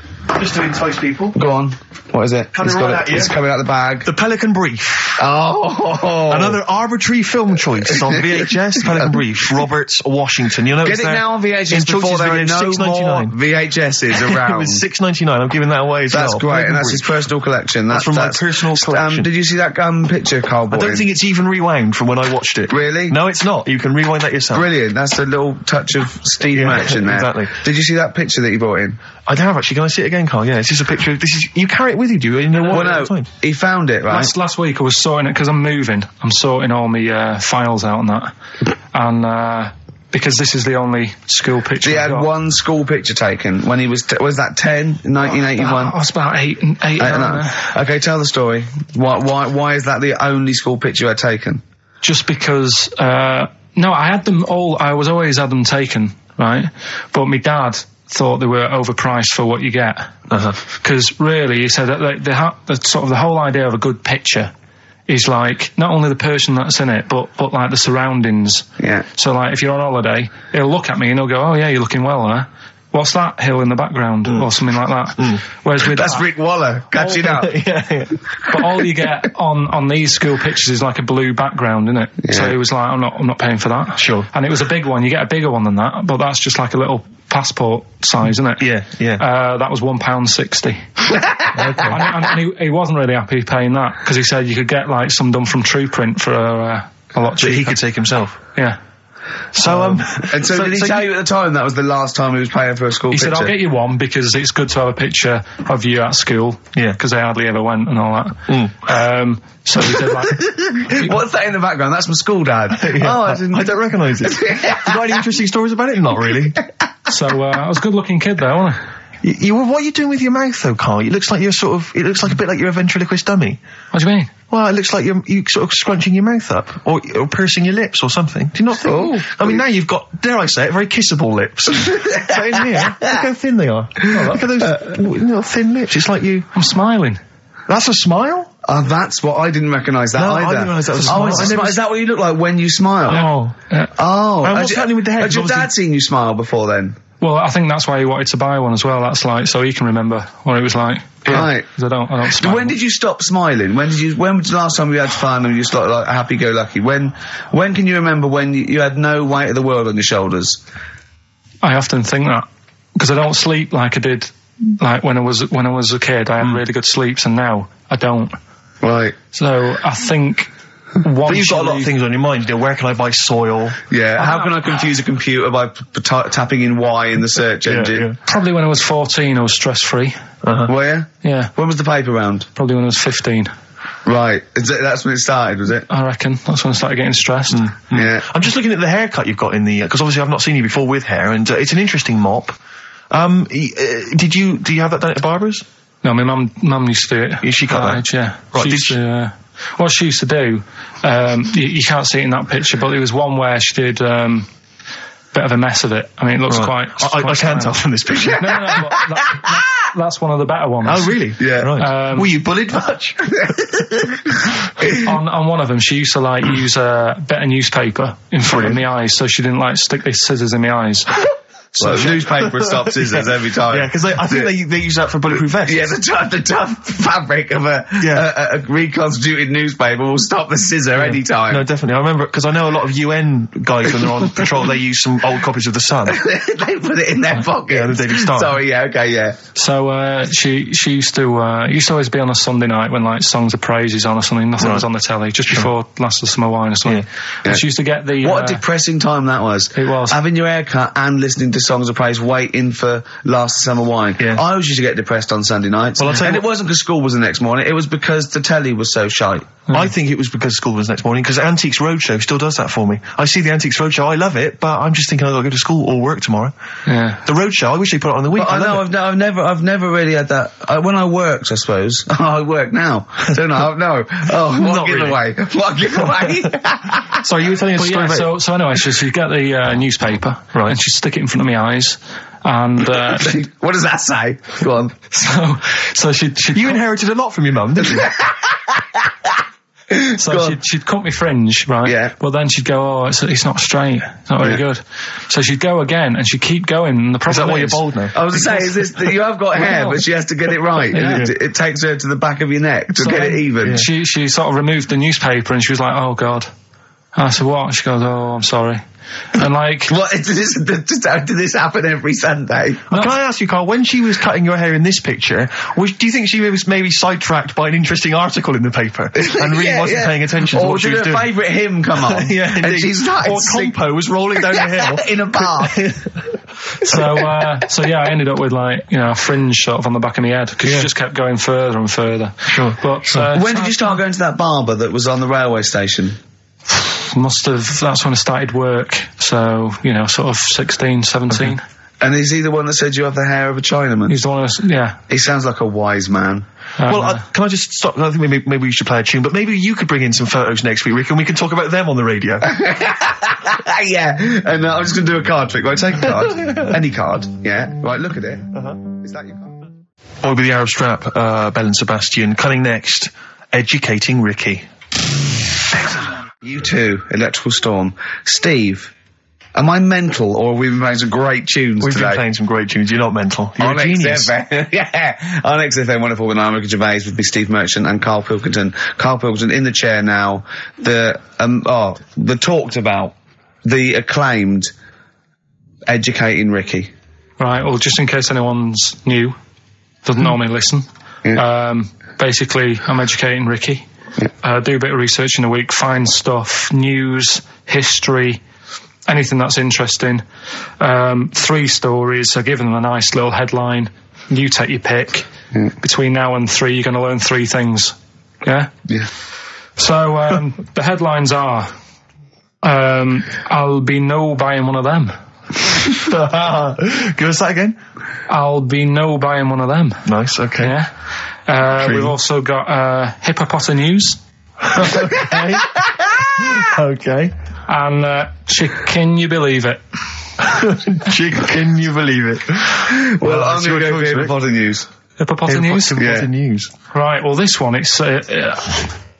S2: just to entice people.
S1: Go on. What is it?
S2: Coming
S1: it's, got
S2: right
S1: it-
S2: at you.
S1: it's coming out the bag.
S2: The Pelican Brief.
S1: Oh.
S2: Another arbitrary film choice on VHS, Pelican Brief, Roberts, Washington. You'll notice
S1: Get it
S2: there-
S1: now on
S2: in
S1: VHS before
S2: Choices
S1: there are
S2: Video,
S1: no more
S2: $6.99.
S1: VHSs
S2: it
S1: around.
S2: was six ninety nine. I'm giving that away as
S1: That's
S2: well.
S1: great,
S2: Pelican
S1: and that's
S2: Brief.
S1: his personal collection. That-
S2: That's from my
S1: that's-
S2: personal
S1: Um,
S2: collection.
S1: did you see that um, picture, Carl
S2: I don't think it's even rewound from when I watched it.
S1: Really?
S2: No, it's not. You can rewind that yourself. time.
S1: Brilliant. That's a little touch of Steve
S2: Yeah,
S1: Match in there.
S2: exactly.
S1: Did you see that picture that he brought in?
S2: I have actually. Can I see it again, Carl? Yeah, it's just a picture. Of, this is you carry it with you, do you? You know what?
S1: well,
S2: All the
S1: no,
S2: time.
S1: he found it, right?
S3: Last, last week I was sorting it because I'm moving. I'm sorting all my uh, files out and that, and uh, because this is the only school picture.
S1: He
S3: I
S1: had
S3: got.
S1: one school picture taken when he was, t- was that 10,
S3: I
S1: 1981?
S3: was Ah, about eight, eight, eight
S1: I don't
S3: nine,
S1: know.
S3: uh,
S1: Okay, tell the story. Why, why, why is that the only school picture you had taken?
S3: just because uh, no, I had them all. I was always had them taken, right? But my dad thought they were overpriced for what you get
S2: Uh-huh.
S3: because really he said that like, the, ha- the sort of the whole idea of a good picture is like not only the person that's in it, but but like the surroundings.
S1: Yeah.
S3: So, like, if you're on holiday, he'll look at me and he'll go, "Oh yeah, you're looking well there." What's that hill in the background, or something like that? Whereas with
S1: That's
S3: that,
S1: Rick Waller catching up.
S2: yeah, yeah.
S3: but all you get on on these school pictures is like a blue background, isn't it? So he was like, "I'm not, I'm not paying for that."
S2: Sure.
S3: And it was a big one. You get a bigger one than that, but that's just like a little passport size, isn't it?
S2: Yeah, yeah.
S3: Uh, that was one pound sixty. And, and he, he wasn't really happy paying that because he said you could get like some done from True Print for uh, a lot
S2: That
S3: cheaper.
S2: he could take himself.
S3: yeah.
S2: So um,
S1: And so, did he tell you at the time that was the last time he was paying for a school
S3: He
S1: picture?
S3: said, "I'll get you one because it's good to have a picture of you at school."
S2: Yeah.
S3: because I hardly ever went and all that.
S1: Mm.
S2: mm.
S3: Um, so he said, like,
S1: What's that in the background? That's from school, Dad.
S2: Yeah.
S1: Oh, I didn't.
S2: don't recognise it. you got any interesting stories about it? Not really.
S3: "So uh, I was a good-looking kid, though, wasn't I?
S2: you, you, what are you doing with your mouth, though, Carl? It looks like you're sort of. It looks like a bit like you're a ventriloquist dummy.
S3: What do you mean?
S2: Well, it looks like you're you sort of scrunching your mouth up or, or piercing your lips or something. Do you not think?
S1: Oh.
S2: I mean, now you've got, dare I say it, very kissable lips. so in here, look how thin they are. look at those little thin lips. It's like you.
S3: I'm smiling."
S2: That's a smile?
S1: Oh, that's what I didn't recognise that
S2: No, I
S1: either.
S2: didn't realise that was a
S1: Oh,
S2: smile.
S1: it's a
S2: I
S1: smile.
S2: never-
S1: Is that what you look like when you smile?
S2: Oh.
S3: Yeah.
S1: Oh,
S2: And
S1: had
S2: what's
S1: you-
S2: happening with the head?
S1: Had your
S2: Obviously-
S1: dad seen you smile before then?
S3: Well, I think that's why he wanted to buy one as well. That's like so he can remember what it was like.
S1: Right.
S3: 'Cause I don't. I don't. Smile.
S1: When did you stop smiling? When did you? When was the last time you had fun and you started like happy-go-lucky? When? When can you remember when you, you had no weight of the world on your shoulders?
S3: I often think that because I don't sleep like I did. Like when I was when I was a kid, I had
S2: Hmm.
S3: really good sleeps, and now I don't.
S1: Right.
S3: So I think. Once
S2: But you've got
S3: you
S2: a lot
S3: leave-
S2: of things on your mind. You know, where can I buy soil?
S1: Yeah. How can I confuse a computer by p- p- ta- tapping in Y in the search engine?
S3: Probably when I was 14, I was stress free.
S2: Uh-huh.
S1: Where?
S3: Yeah,
S1: When was the paper round?
S3: probably when I was 15.
S1: Right. Is that- That's when it started, was it?
S3: I reckon that's when I started getting stressed.
S2: Hmm.
S1: Yeah.
S2: I'm just looking at the haircut you've got in the because obviously I've not seen you before with hair, and uh, it's an interesting mop. Um, y- uh, did you do you have that done at barber's?
S3: No, my mum, mum used to do it.
S2: Yeah, she cut
S3: Right,
S2: that.
S3: Yeah.
S2: Right,
S3: she
S2: did
S3: used
S2: she-
S3: to, uh, what she used to do, um, you, you can't see it in that picture, but there was one where she did um, bit of a mess of it. I mean, it looks quite.
S2: I, I, I
S3: quite
S2: can tell
S3: stylish.
S2: from this picture.
S3: No, no, no. but that- that- that's one of the better ones.
S2: Oh really?
S1: Yeah.
S2: Right.
S3: Um,
S2: Were you bullied much?
S3: on, on one of them, she used to like use a bit of newspaper in front of my eyes, so she didn't like stick these scissors in my eyes.
S1: Well, newspaper stops scissors every time.
S2: yeah, because I think they, they use that for bulletproof vests.
S1: Yeah, the tough, the tough fabric of a,
S2: Yeah.
S1: a, a, a reconstituted newspaper will stop the scissor any time.
S2: No, definitely. I remember because I know a lot of UN guys when they're on patrol, they use some old copies of the Sun.
S1: they put it in their pocket.
S2: the Daily Star.
S1: Sorry, yeah, okay, yeah.
S3: So uh, she she used to uh, used to always be on a Sunday night when like songs of praise is on or something. Nothing was on the telly just before last of the summer wine or something.
S1: Yeah.
S3: And she used to get the
S1: What a
S3: uh,
S1: depressing time that was.
S3: It was.
S1: Having your hair cut and listening to songs of praise, waiting for last summer wine.
S2: Yeah.
S1: I always used to get depressed on Sunday nights.
S2: Well, I'll tell you
S1: and
S2: what-
S1: it wasn't because school was the next morning, it was because the telly was so shite.
S2: I think it was because school was next morning because Antiques Roadshow still does that for me. I see the Antiques Roadshow, I love it, but I'm just thinking I've got to go to school or work tomorrow.
S3: yeah.
S2: The Roadshow, I wish they put it on the week.
S1: But I
S2: love
S1: know
S2: it.
S1: I've, ne- I've never I've never really had that. I, when I worked, I suppose I work now, don't I? No, oh, what
S2: Not really.
S1: giveaway? What giveaway?
S2: Sorry, you were telling us a
S3: But
S2: story
S3: yeah,
S2: about
S3: so, so anyway, she, she'd get the uh, newspaper
S2: Right.
S3: and she'd stick it in front of my eyes. And uh,
S1: what does that say? Go on.
S3: so, so she'd, she'd
S2: You inherited a lot from your mum, didn't you?
S1: Go on.
S3: So she'd, she'd cut me fringe, right?
S1: Yeah.
S3: But then she'd go, oh, it's, it's not straight. It's not very
S1: Yeah.
S3: good. So she'd go again and she'd keep going. And the
S2: Is
S3: problem
S2: that why you're bald now?
S1: I was saying, is this you have got hair,
S3: Well.
S1: but she has to get it right.
S3: Yeah.
S1: It, it takes her to the back of your neck to
S3: So
S1: get it
S3: then
S1: even.
S3: She she sort of removed the newspaper and she was like, "Oh God, I said, what? She goes, oh, I'm sorry. And like,
S1: What? Did this, just how did this happen every Sunday?
S2: Can I ask you, Carl, when she was cutting your hair in this picture, was, do you think she was maybe sidetracked by an interesting article in the paper and really
S1: Yeah,
S2: wasn't
S1: yeah.
S2: paying attention to
S1: Or
S2: what she
S1: did
S2: was
S1: her
S2: doing?
S1: favourite hymn come on?
S2: yeah,
S1: and
S2: indeed.
S1: she started
S2: or
S1: singing-
S2: Compo was rolling down a hill.
S1: in a bar.
S3: so, uh, so yeah, I ended up with like, you know, a fringe sort of on the back of my head because
S2: Yeah.
S3: she just kept going further and further.
S2: Sure,
S3: But,
S2: sure.
S3: uh,
S1: when did you start going to that barber that was on the railway station?
S3: must have, that's when I started work. So, you know, sort of 16, 17.
S1: And is he the one that said you have the hair of a Chinaman?
S3: He's the one who's, yeah.
S1: He sounds like a wise man.
S3: Um,
S2: Well, I, can I just stop? I think maybe, maybe we should play a tune, but maybe you could bring in some photos next week, Rick, and we can talk about them on the radio.
S1: yeah, and uh, I'm just going to do a card trick. Right, take a card. Any card. Yeah. Right, look at it.
S2: Uh-huh.
S1: Is that your card?
S2: Boy with the Arab Strap, uh, Bell and Sebastian. Cutting next, Educating Ricky.
S1: You too, Electrical Storm. Steve, am I mental or are we playing some great tunes
S2: We've
S1: today?
S2: been playing some great tunes. You're not mental. You're
S1: on
S2: a genius.
S1: XFM. yeah. On XFM 104.9, Ricky Gervais with me, Steve Merchant and Carl Pilkington. Carl Pilkington in the chair now. The, um, oh, the talked about, the acclaimed educating Ricky.
S3: Right. Well, just in case anyone's new, doesn't normally listen.
S1: Yeah.
S3: Um, basically, I'm educating Ricky. Uh, do a bit of research in a week, find stuff, news, history, anything that's interesting. Um, three stories. I give them a nice little headline. You take your pick. Between now and three, you're going to learn three things. Yeah.
S1: Yeah.
S3: So um, the headlines are: um, I'll be no buying one of them.
S2: Give us that again.
S3: I'll be no buying one of them.
S2: Nice. Okay.
S3: Yeah. Uh,
S2: True.
S3: we've also got uh, Hippopota News
S2: Okay. okay.
S3: and uh, Chick- Can You Believe It?
S2: Gee, Can you believe it? Uh, Well,
S1: Well, I'm
S2: that's Oh, your
S1: going to go
S2: choice,
S1: with
S2: Rick.
S1: Potter News.
S3: Hippopota
S2: Hey,
S3: News?
S2: what's the- what's
S1: Yeah.
S2: the news?
S3: Right, well, this one, it's. Uh, uh,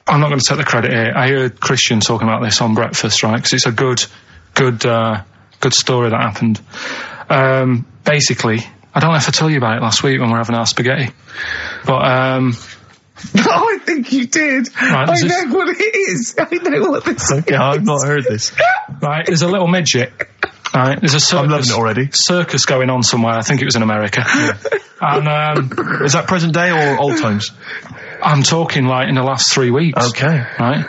S3: I'm not going to take the credit here. I heard Christian talking about this on breakfast, right? Because it's a good, good, uh, good story that happened. Um, basically, I don't know if I told you about it last week when we were having our spaghetti, but um,
S1: Oh, I think you did.
S3: Right,
S1: I
S3: this is-
S1: know what it is. I know what this
S2: Okay, I've not heard this.
S3: right, there's a little midget. Right, there's a circus,
S2: I'm loving it already.
S3: circus going on somewhere. I think it was in America. And um,
S2: Is that present day or old times?
S3: I'm talking like in the last three weeks.
S2: Okay.
S3: Right?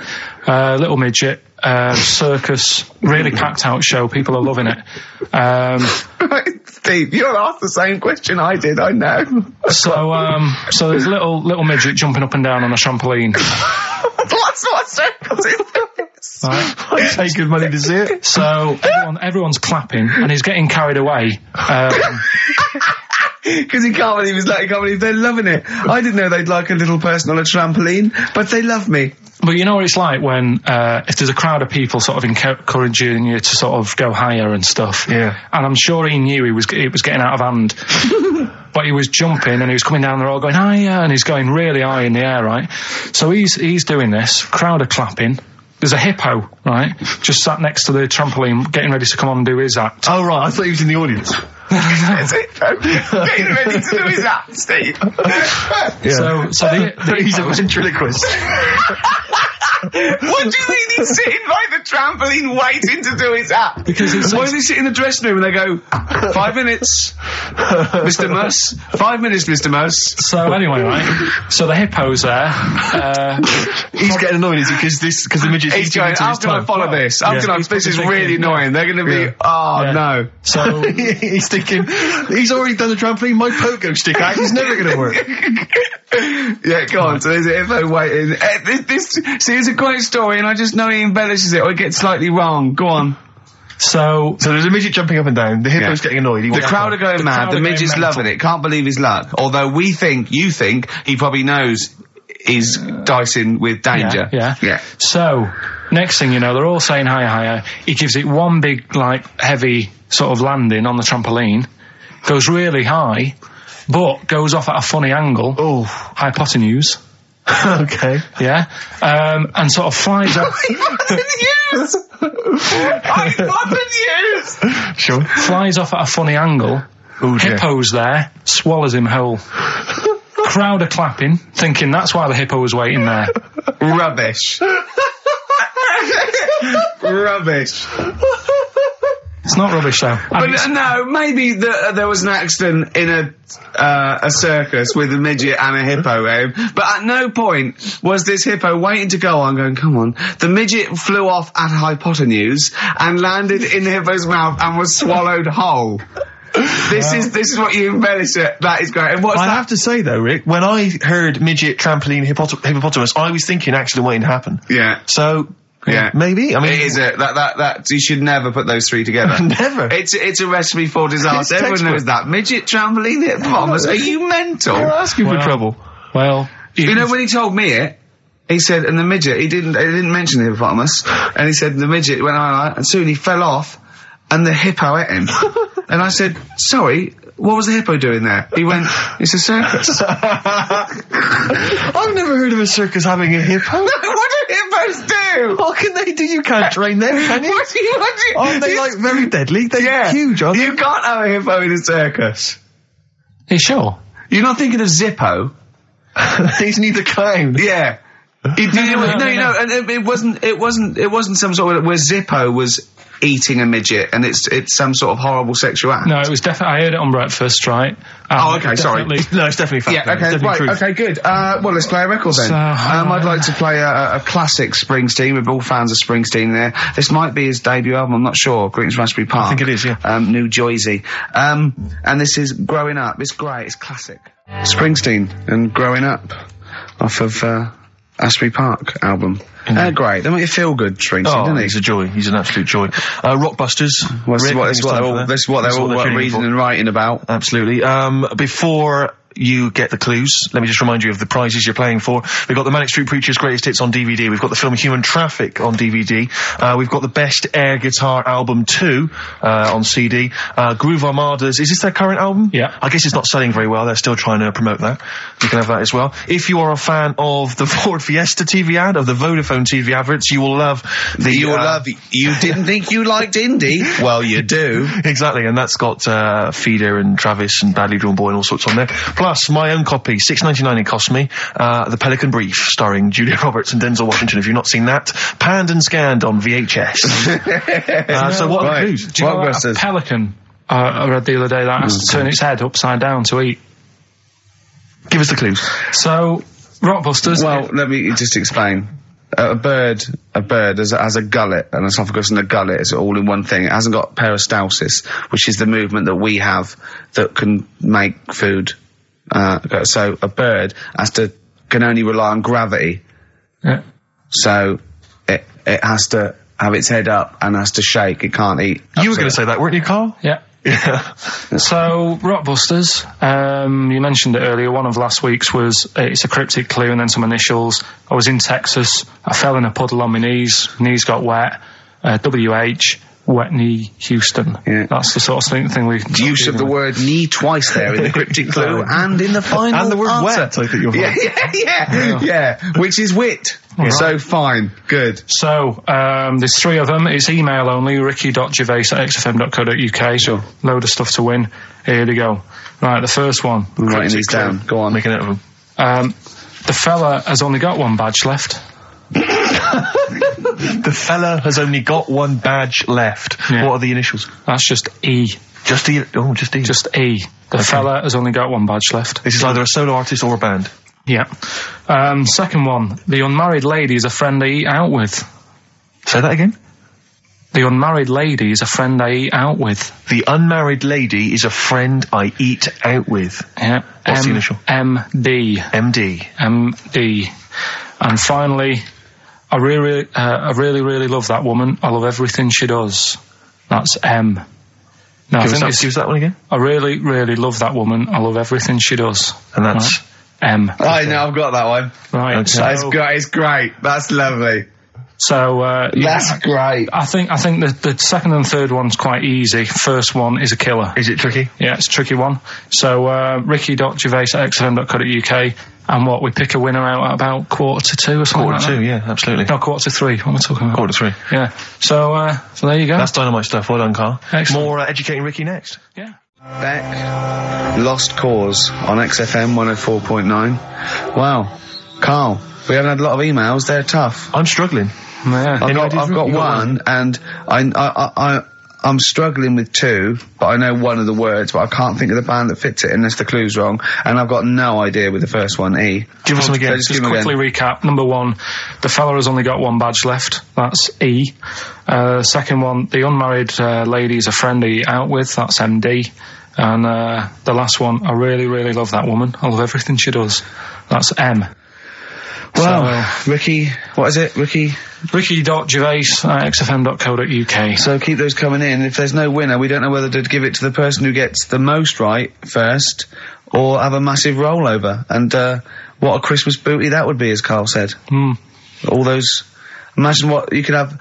S3: Uh, little midget, uh, circus, really packed out show. People are loving it. Um,
S1: Right, Steve, you asked the same question I did, I know.
S3: so, um, so there's little little midget jumping up and down on a trampoline.
S1: What's what circles is this?
S3: Right?
S2: I pay good money to see it.
S3: So everyone, everyone's clapping, and he's getting carried away. Um,
S1: Because he can't believe he's like, he can't believe they're loving it. I didn't know they'd like a little person on a trampoline, but they love me.
S3: But you know what it's like when uh, if there's a crowd of people sort of encou- encouraging you to sort of go higher and stuff.
S2: Yeah.
S3: And I'm sure he knew he was it was getting out of hand, but he was jumping and he was coming down the road going higher and he's going really high in the air, right? So he's he's doing this. Crowd are clapping. There's a hippo, right? Just sat next to the trampoline, getting ready to come on and do his act.
S2: Oh, right. I thought he was in the audience.
S1: That's it. Getting ready to do his act, Steve.
S3: So, so the, the
S2: He's a
S3: hippo's-
S2: ventriloquist.
S1: What do you think he's sitting by the trampoline waiting to do his act?
S3: because it's,
S1: Why do they sit in the dressing room and they go, five minutes, Mr. Mouse, five minutes, Mr. Mouse.
S3: so anyway, right? So the hippo's there. Uh,
S2: He's getting annoyed, is he? Because this, because the midget's
S1: He's
S2: eating
S1: going,
S2: into
S1: how
S2: his
S1: can I
S2: tongue.
S1: follow this? How
S3: Yeah.
S1: can I,
S3: He's
S1: this is
S3: probably
S1: really
S3: thinking, yeah.
S1: annoying. They're going to be,
S2: Yeah.
S1: oh
S3: Yeah.
S1: no.
S3: so
S2: he's thinking, he's already done the trampoline. My pogo stick act is never going to work.
S1: Yeah, go on. So there's a info waiting. Eh, This, this, see, it's a great story, and I just know he embellishes it or it gets slightly wrong. Go on.
S3: so
S2: So there's a midget jumping up and down. The hippo's
S1: Yeah.
S2: getting annoyed. He
S1: The crowd are going mad.
S3: crowd
S1: The
S3: are going
S1: midget's
S3: mental.
S1: loving it. Can't believe his luck. Although we think, you think, he probably knows he's dicing with danger.
S3: Yeah, yeah.
S1: Yeah.
S3: So next thing you know, they're all saying hi, hi, hi. He gives it one big, like, heavy sort of landing on the trampoline, goes really high, but goes off at a funny angle.
S2: Oh,
S3: Hypotenuse.
S2: okay.
S3: Yeah, um, and sort of flies up,
S1: News! I got the news!
S2: Sure.
S3: flies off at a funny angle.
S2: Oh, dear.
S3: Hippo's there, swallows him whole. Crowd are clapping, thinking that's why the hippo was waiting there.
S1: Rubbish. Rubbish.
S3: It's not rubbish though. I
S1: But
S3: mean, it's-
S1: uh, no, maybe the, uh, there was an accident in a uh, a circus with a midget and a hippo. Eh? But at no point was this hippo waiting to go on, going, "Come on!" The midget flew off at hypotenuse and landed in the hippo's mouth and was swallowed whole. This is this is what you embellish it. That is great. And what's
S2: I
S1: that?
S2: have to say though, Rick, when I heard midget trampoline hippopot- hippopotamus, I was thinking accident waiting to happen.
S1: yeah,
S2: So
S1: Yeah.
S2: maybe I mean
S1: it is it. That that that you should never put those three together.
S2: never.
S1: It's it's a recipe for disaster.
S2: It's
S1: Everyone knows
S2: textbook.
S1: that. Midget trampoline hippopotamus. Are you mental?
S2: You're asking
S3: Well-
S2: for trouble.
S3: well,
S1: You know, when he told me it, he said, and the midget, he didn't, he didn't mention the hippopotamus, and he said, the midget went on, and soon he fell off, and the hippo ate him. and I said, sorry, what was the hippo doing there? He went, it's a circus.
S2: I've never heard of a circus having a hippo.
S1: what do hippos do?
S2: what can they do? You can't train them, Oh, can you?
S1: What do you, what do you,
S2: Aren't they like very deadly? They're
S1: Yeah.
S2: huge, aren't they?
S1: you can't have a hippo in a circus.
S3: Hey, sure.
S1: You're not thinking of Zippo.
S2: He's neither clown.
S1: Yeah. It, no,
S3: no,
S1: no,
S3: no, no, no.
S1: and it, it wasn't. It wasn't. It wasn't some sort of where Zippo was eating a midget, and it's it's some sort of horrible sexual act.
S3: No, it was definitely. I heard it on breakfast, right? And
S1: Oh, okay, sorry.
S3: definitely-
S2: No, it's definitely fact.
S1: Yeah,
S2: though. It's
S1: okay,
S2: definitely
S1: right,
S2: truth.
S1: okay, good. Uh, well, let's play a record then.
S3: So,
S1: um, I'd
S3: uh,
S1: like to play a, a classic Springsteen. We're all fans of Springsteen there. This might be his debut album, I'm not sure. Greetings from Raspberry Park. I
S2: think it is, yeah.
S1: Um, New Jersey. Um, and this is Growing Up. It's great, it's classic. Springsteen and Growing Up off of uh, Asbury Park album. Uh, great. They make you feel good, Springsteen,
S2: Mm. Oh,
S1: don't
S2: he's
S1: they?
S2: a joy. He's an absolute joy. Uh, Rockbusters.
S1: Well, this
S2: Rick,
S1: is what, this is what they're
S2: time for
S1: all,
S2: that.
S1: this is what they're
S2: That's
S1: all
S2: they're
S1: uh,
S2: feeling
S1: reading
S2: for.
S1: and writing about.
S2: Absolutely. Um, before you get the clues, let me just remind you of the prizes you're playing for. We've got the Manic Street Preachers Greatest Hits on DVD. We've got the film Human Traffic on DVD. Uh, we've got the Best Air Guitar Album 2 uh, on CD. Uh, Groove Armadas. Is this their current album?
S3: Yeah.
S2: I guess it's not selling very well. They're still trying to promote that. You can have that as well. If you are a fan of the Ford Fiesta TV ad, of the Vodafone TV adverts, you will love the...
S1: You'll
S2: uh,
S1: love. You didn't think you liked indie? Well, you do.
S2: Exactly, and that's got uh, Feeder and Travis and Badly Drawn Boy and all sorts on there. Plus, my own copy, six ninety nine. It cost me. Uh, the Pelican Brief, starring Julia Roberts and Denzel Washington. If you've not seen that, panned and scanned on VHS. uh, so what are
S1: Right.
S2: the clues?
S3: Do you know
S1: Blockbusters.
S3: a pelican uh, I read the other day that has to
S1: Mm-hmm.
S3: turn its head upside down to eat?
S2: Give us the clues.
S3: So, Rockbusters.
S1: Well, let me just explain. A a bird, a bird has, has a gullet, an esophagus and a gullet is all in one thing. It hasn't got peristalsis, which is the movement that we have that can make food. Uh, so a bird has to can only rely on gravity.
S3: Yeah.
S1: So it it has to have its head up and has to shake. It can't eat.
S2: You were going to say that, weren't you, Carl?
S3: yeah.
S2: Yeah.
S3: So, Rockbusters, um, you mentioned it earlier. One of last week's was uh, it's a cryptic clue and then some initials. I was in Texas. I fell in a puddle on my knees. Knees got wet. Uh, WH, wet knee, Houston.
S1: Yeah.
S3: That's the sort of thing, thing we.
S1: Use of the word knee twice there in the cryptic clue and in the final
S2: and the word
S1: answer.
S2: wet. I think you're
S1: Yeah,
S2: right.
S1: yeah, yeah, yeah. Which is wit.
S3: Alright.
S1: So fine, good.
S3: So, um, there's three of them. It's email only, ricky.gervais at xfm.co.uk.
S1: Sure.
S3: Load of stuff to win. Here we go. Right, the first one.
S1: I'm writing these
S2: Cryptic
S1: down. Go on.
S2: uh, Making out of them.
S3: Um, the fella has only got one badge left.
S2: The fella has only got one badge left.
S3: Yeah.
S2: What are the initials?
S3: That's just E.
S2: Just E. Oh, just E.
S3: Just E. The fella has only got one badge left.
S2: This is either a solo artist or a band.
S3: Yeah. Um, second one. The unmarried lady is a friend I eat out with.
S2: Say that again.
S3: The unmarried lady is a friend I eat out with.
S2: The unmarried lady is a friend I eat out with.
S3: Yeah.
S2: What's the
S3: M-
S2: initial?
S3: MD.
S2: MD.
S3: MD. Um, And finally, I really, uh, I really, really love that woman. I love everything she does. That's M. No, I
S2: Give us,
S3: think
S2: that,
S3: it's-
S2: give us that one again.
S3: I really, really love that woman. I love everything she does.
S2: And that's.
S3: M.
S1: I know, I've got that one.
S3: Right.
S2: Okay.
S1: That's
S3: So,
S1: great. It's great. That's lovely.
S3: so uh, yeah,
S1: That's great.
S3: I think I think the, the second and third one's quite easy. First one is a killer.
S2: Is it tricky?
S3: Yeah, it's a tricky one. So uh, ricky.gervais at xfm.co.uk. And what, we pick a winner out at about quarter to two or something
S2: Quarter
S3: like
S2: two,
S3: that?
S2: yeah, absolutely.
S3: No, quarter to three. What am I talking about?
S2: Quarter three.
S3: Yeah. So, uh, so there you go.
S2: That's dynamite stuff. Well done, Carl.
S3: Excellent.
S2: More uh, educating Ricky next.
S3: yeah.
S1: oh Beck, Lost Cause on XFM 104.9. Wow. Carl, We haven't had a lot of emails. They're tough.
S2: I'm struggling.
S3: Yeah.
S1: I've
S2: Any
S1: got,
S2: ideas,
S1: I've
S2: Rick?
S1: got
S2: You got
S1: one, and I, I, I, I, I'm struggling with two, but I know one of the words, but I can't think of the band that fits it unless the clue's wrong, and I've got no idea with the first one, E.
S2: Give us some
S1: So
S2: again.
S1: just
S3: just
S1: give 'em
S3: quickly recap. Number one, the fella has only got one badge left. That's E. Uh, second one, the unmarried uh, lady is a friend he out with. That's MD. And uh, the last one, I really, really love that woman. I love everything she does. That's M. uh,
S1: Well, Ricky, what is it, Ricky?
S3: Ricky.gervais at xfm.co.uk.
S1: So keep those coming in. If there's no winner, we don't know whether to give it to the person who gets the most right first, or have a massive rollover. And uh, what a Christmas booty that would be, as Carl said.
S3: Hmm.
S1: All those. Imagine what you could have.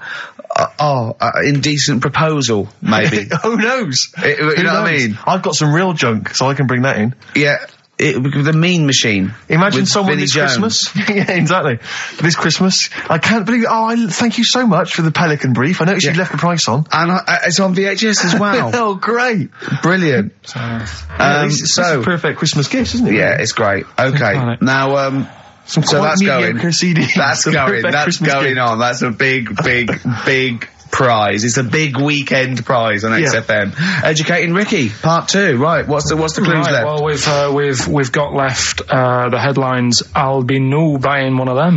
S1: Uh, oh, uh, indecent proposal, maybe.
S2: Who knows?
S1: It- Eh, you
S2: Who
S1: know what I
S2: knows?
S1: mean?
S2: I've got some real junk, so I can bring that in.
S1: yeah, it, would be the mean machine.
S2: Imagine
S1: with
S2: someone
S1: Vinnie
S2: this
S1: Jones.
S2: Christmas. yeah, exactly. This Christmas, I can't believe. Oh, I, thank you so much for the Pelican brief. I noticed you
S1: Yeah.
S2: left the price on.
S1: And I, I- it's on VHS as well.
S2: oh, great!
S1: Brilliant.
S2: Yeah,
S1: Um,
S2: this, this is
S1: so,
S2: a perfect Christmas gift, isn't it?
S1: yeah, it's great. Okay.
S3: Alright.
S1: Now, um,
S2: Some
S1: so
S2: quite
S1: that's going.
S2: mediocre CDs.
S1: That's
S2: A
S1: going.
S2: perfect
S1: That's
S2: Christmas
S1: going
S2: gift.
S1: on. That's a big, big, big prize. It's a big weekend prize on
S2: Yeah.
S1: XFM. Educating Ricky, part two. Right. What's the What's the clues
S3: Right,
S1: left?
S3: well, we've uh, we've we've got left uh, the headlines. I'll be no buying one of them,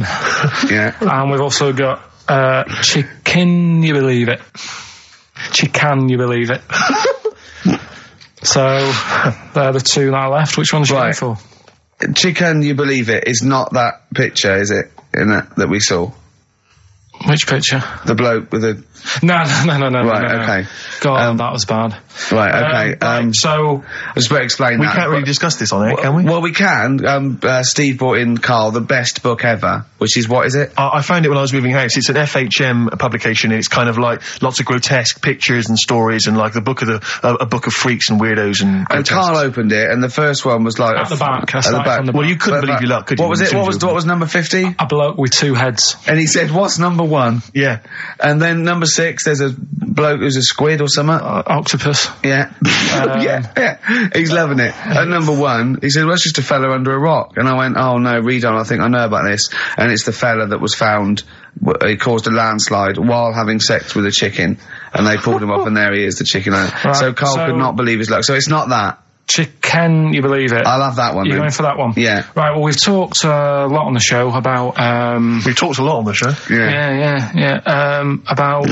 S1: yeah.
S3: and we've also got uh, chicken. You believe it? Chicken. You believe it? so they're the two that are left. Which one's
S1: Right.
S3: right. for?
S1: Chicken, you believe it? Is not that picture, is it? In that that we saw
S3: Which picture?
S1: the bloke with the
S3: No, no, no, no, no.
S1: Right,
S3: no, no.
S1: okay.
S3: God,
S1: Um,
S3: that was bad.
S1: right. Okay.
S3: Um, right,
S1: Um,
S3: so
S1: I just better explain
S2: We
S1: that.
S2: can't really
S1: But-
S2: discuss this on air, can we?
S1: Well, we can. Um, uh, Steve brought in Carl the best book ever, which is what is it?
S2: I I found it when I was moving house. It's an FHM publication, and it's kind of like lots of grotesque pictures and stories, and like the book of the a, a book of freaks and weirdos and.
S1: And
S2: grotesque-
S1: Carl opened it, and the first one was like
S3: At the back, I
S1: At the
S3: started
S1: back.
S3: from the
S2: well, you couldn't
S1: But-
S2: believe
S1: but-
S2: your luck, could you?
S1: What was
S2: as
S1: it?
S2: soon
S1: What
S2: as
S1: was
S2: you
S1: what was number fifty?
S3: a bloke with two heads.
S1: And he said, "What's number one?"
S2: opened- Yeah.
S1: And then number six, there's a bloke who's a squid or something.
S3: Uh, octopus.
S1: yeah, yeah, yeah. He's loving it. At number one, he said, "Well, it's just a fella under a rock." And I went, "Oh no, read on. I think I know about this." And it's the fella that was found. w- It caused a landslide while having sex with a chicken, and they pulled him up, and there he is, the chicken. So Carl
S3: so-
S1: could not believe his luck. So it's not that.
S3: Chicken. You believe it?
S1: I'll have that one.
S3: You're
S1: then.
S3: going for that one?
S1: Um, Yeah.
S3: Right, well, we've talked uh, a lot on the show about, um,
S2: We've talked a lot on the show.
S1: yeah.
S3: yeah, yeah, yeah, um, about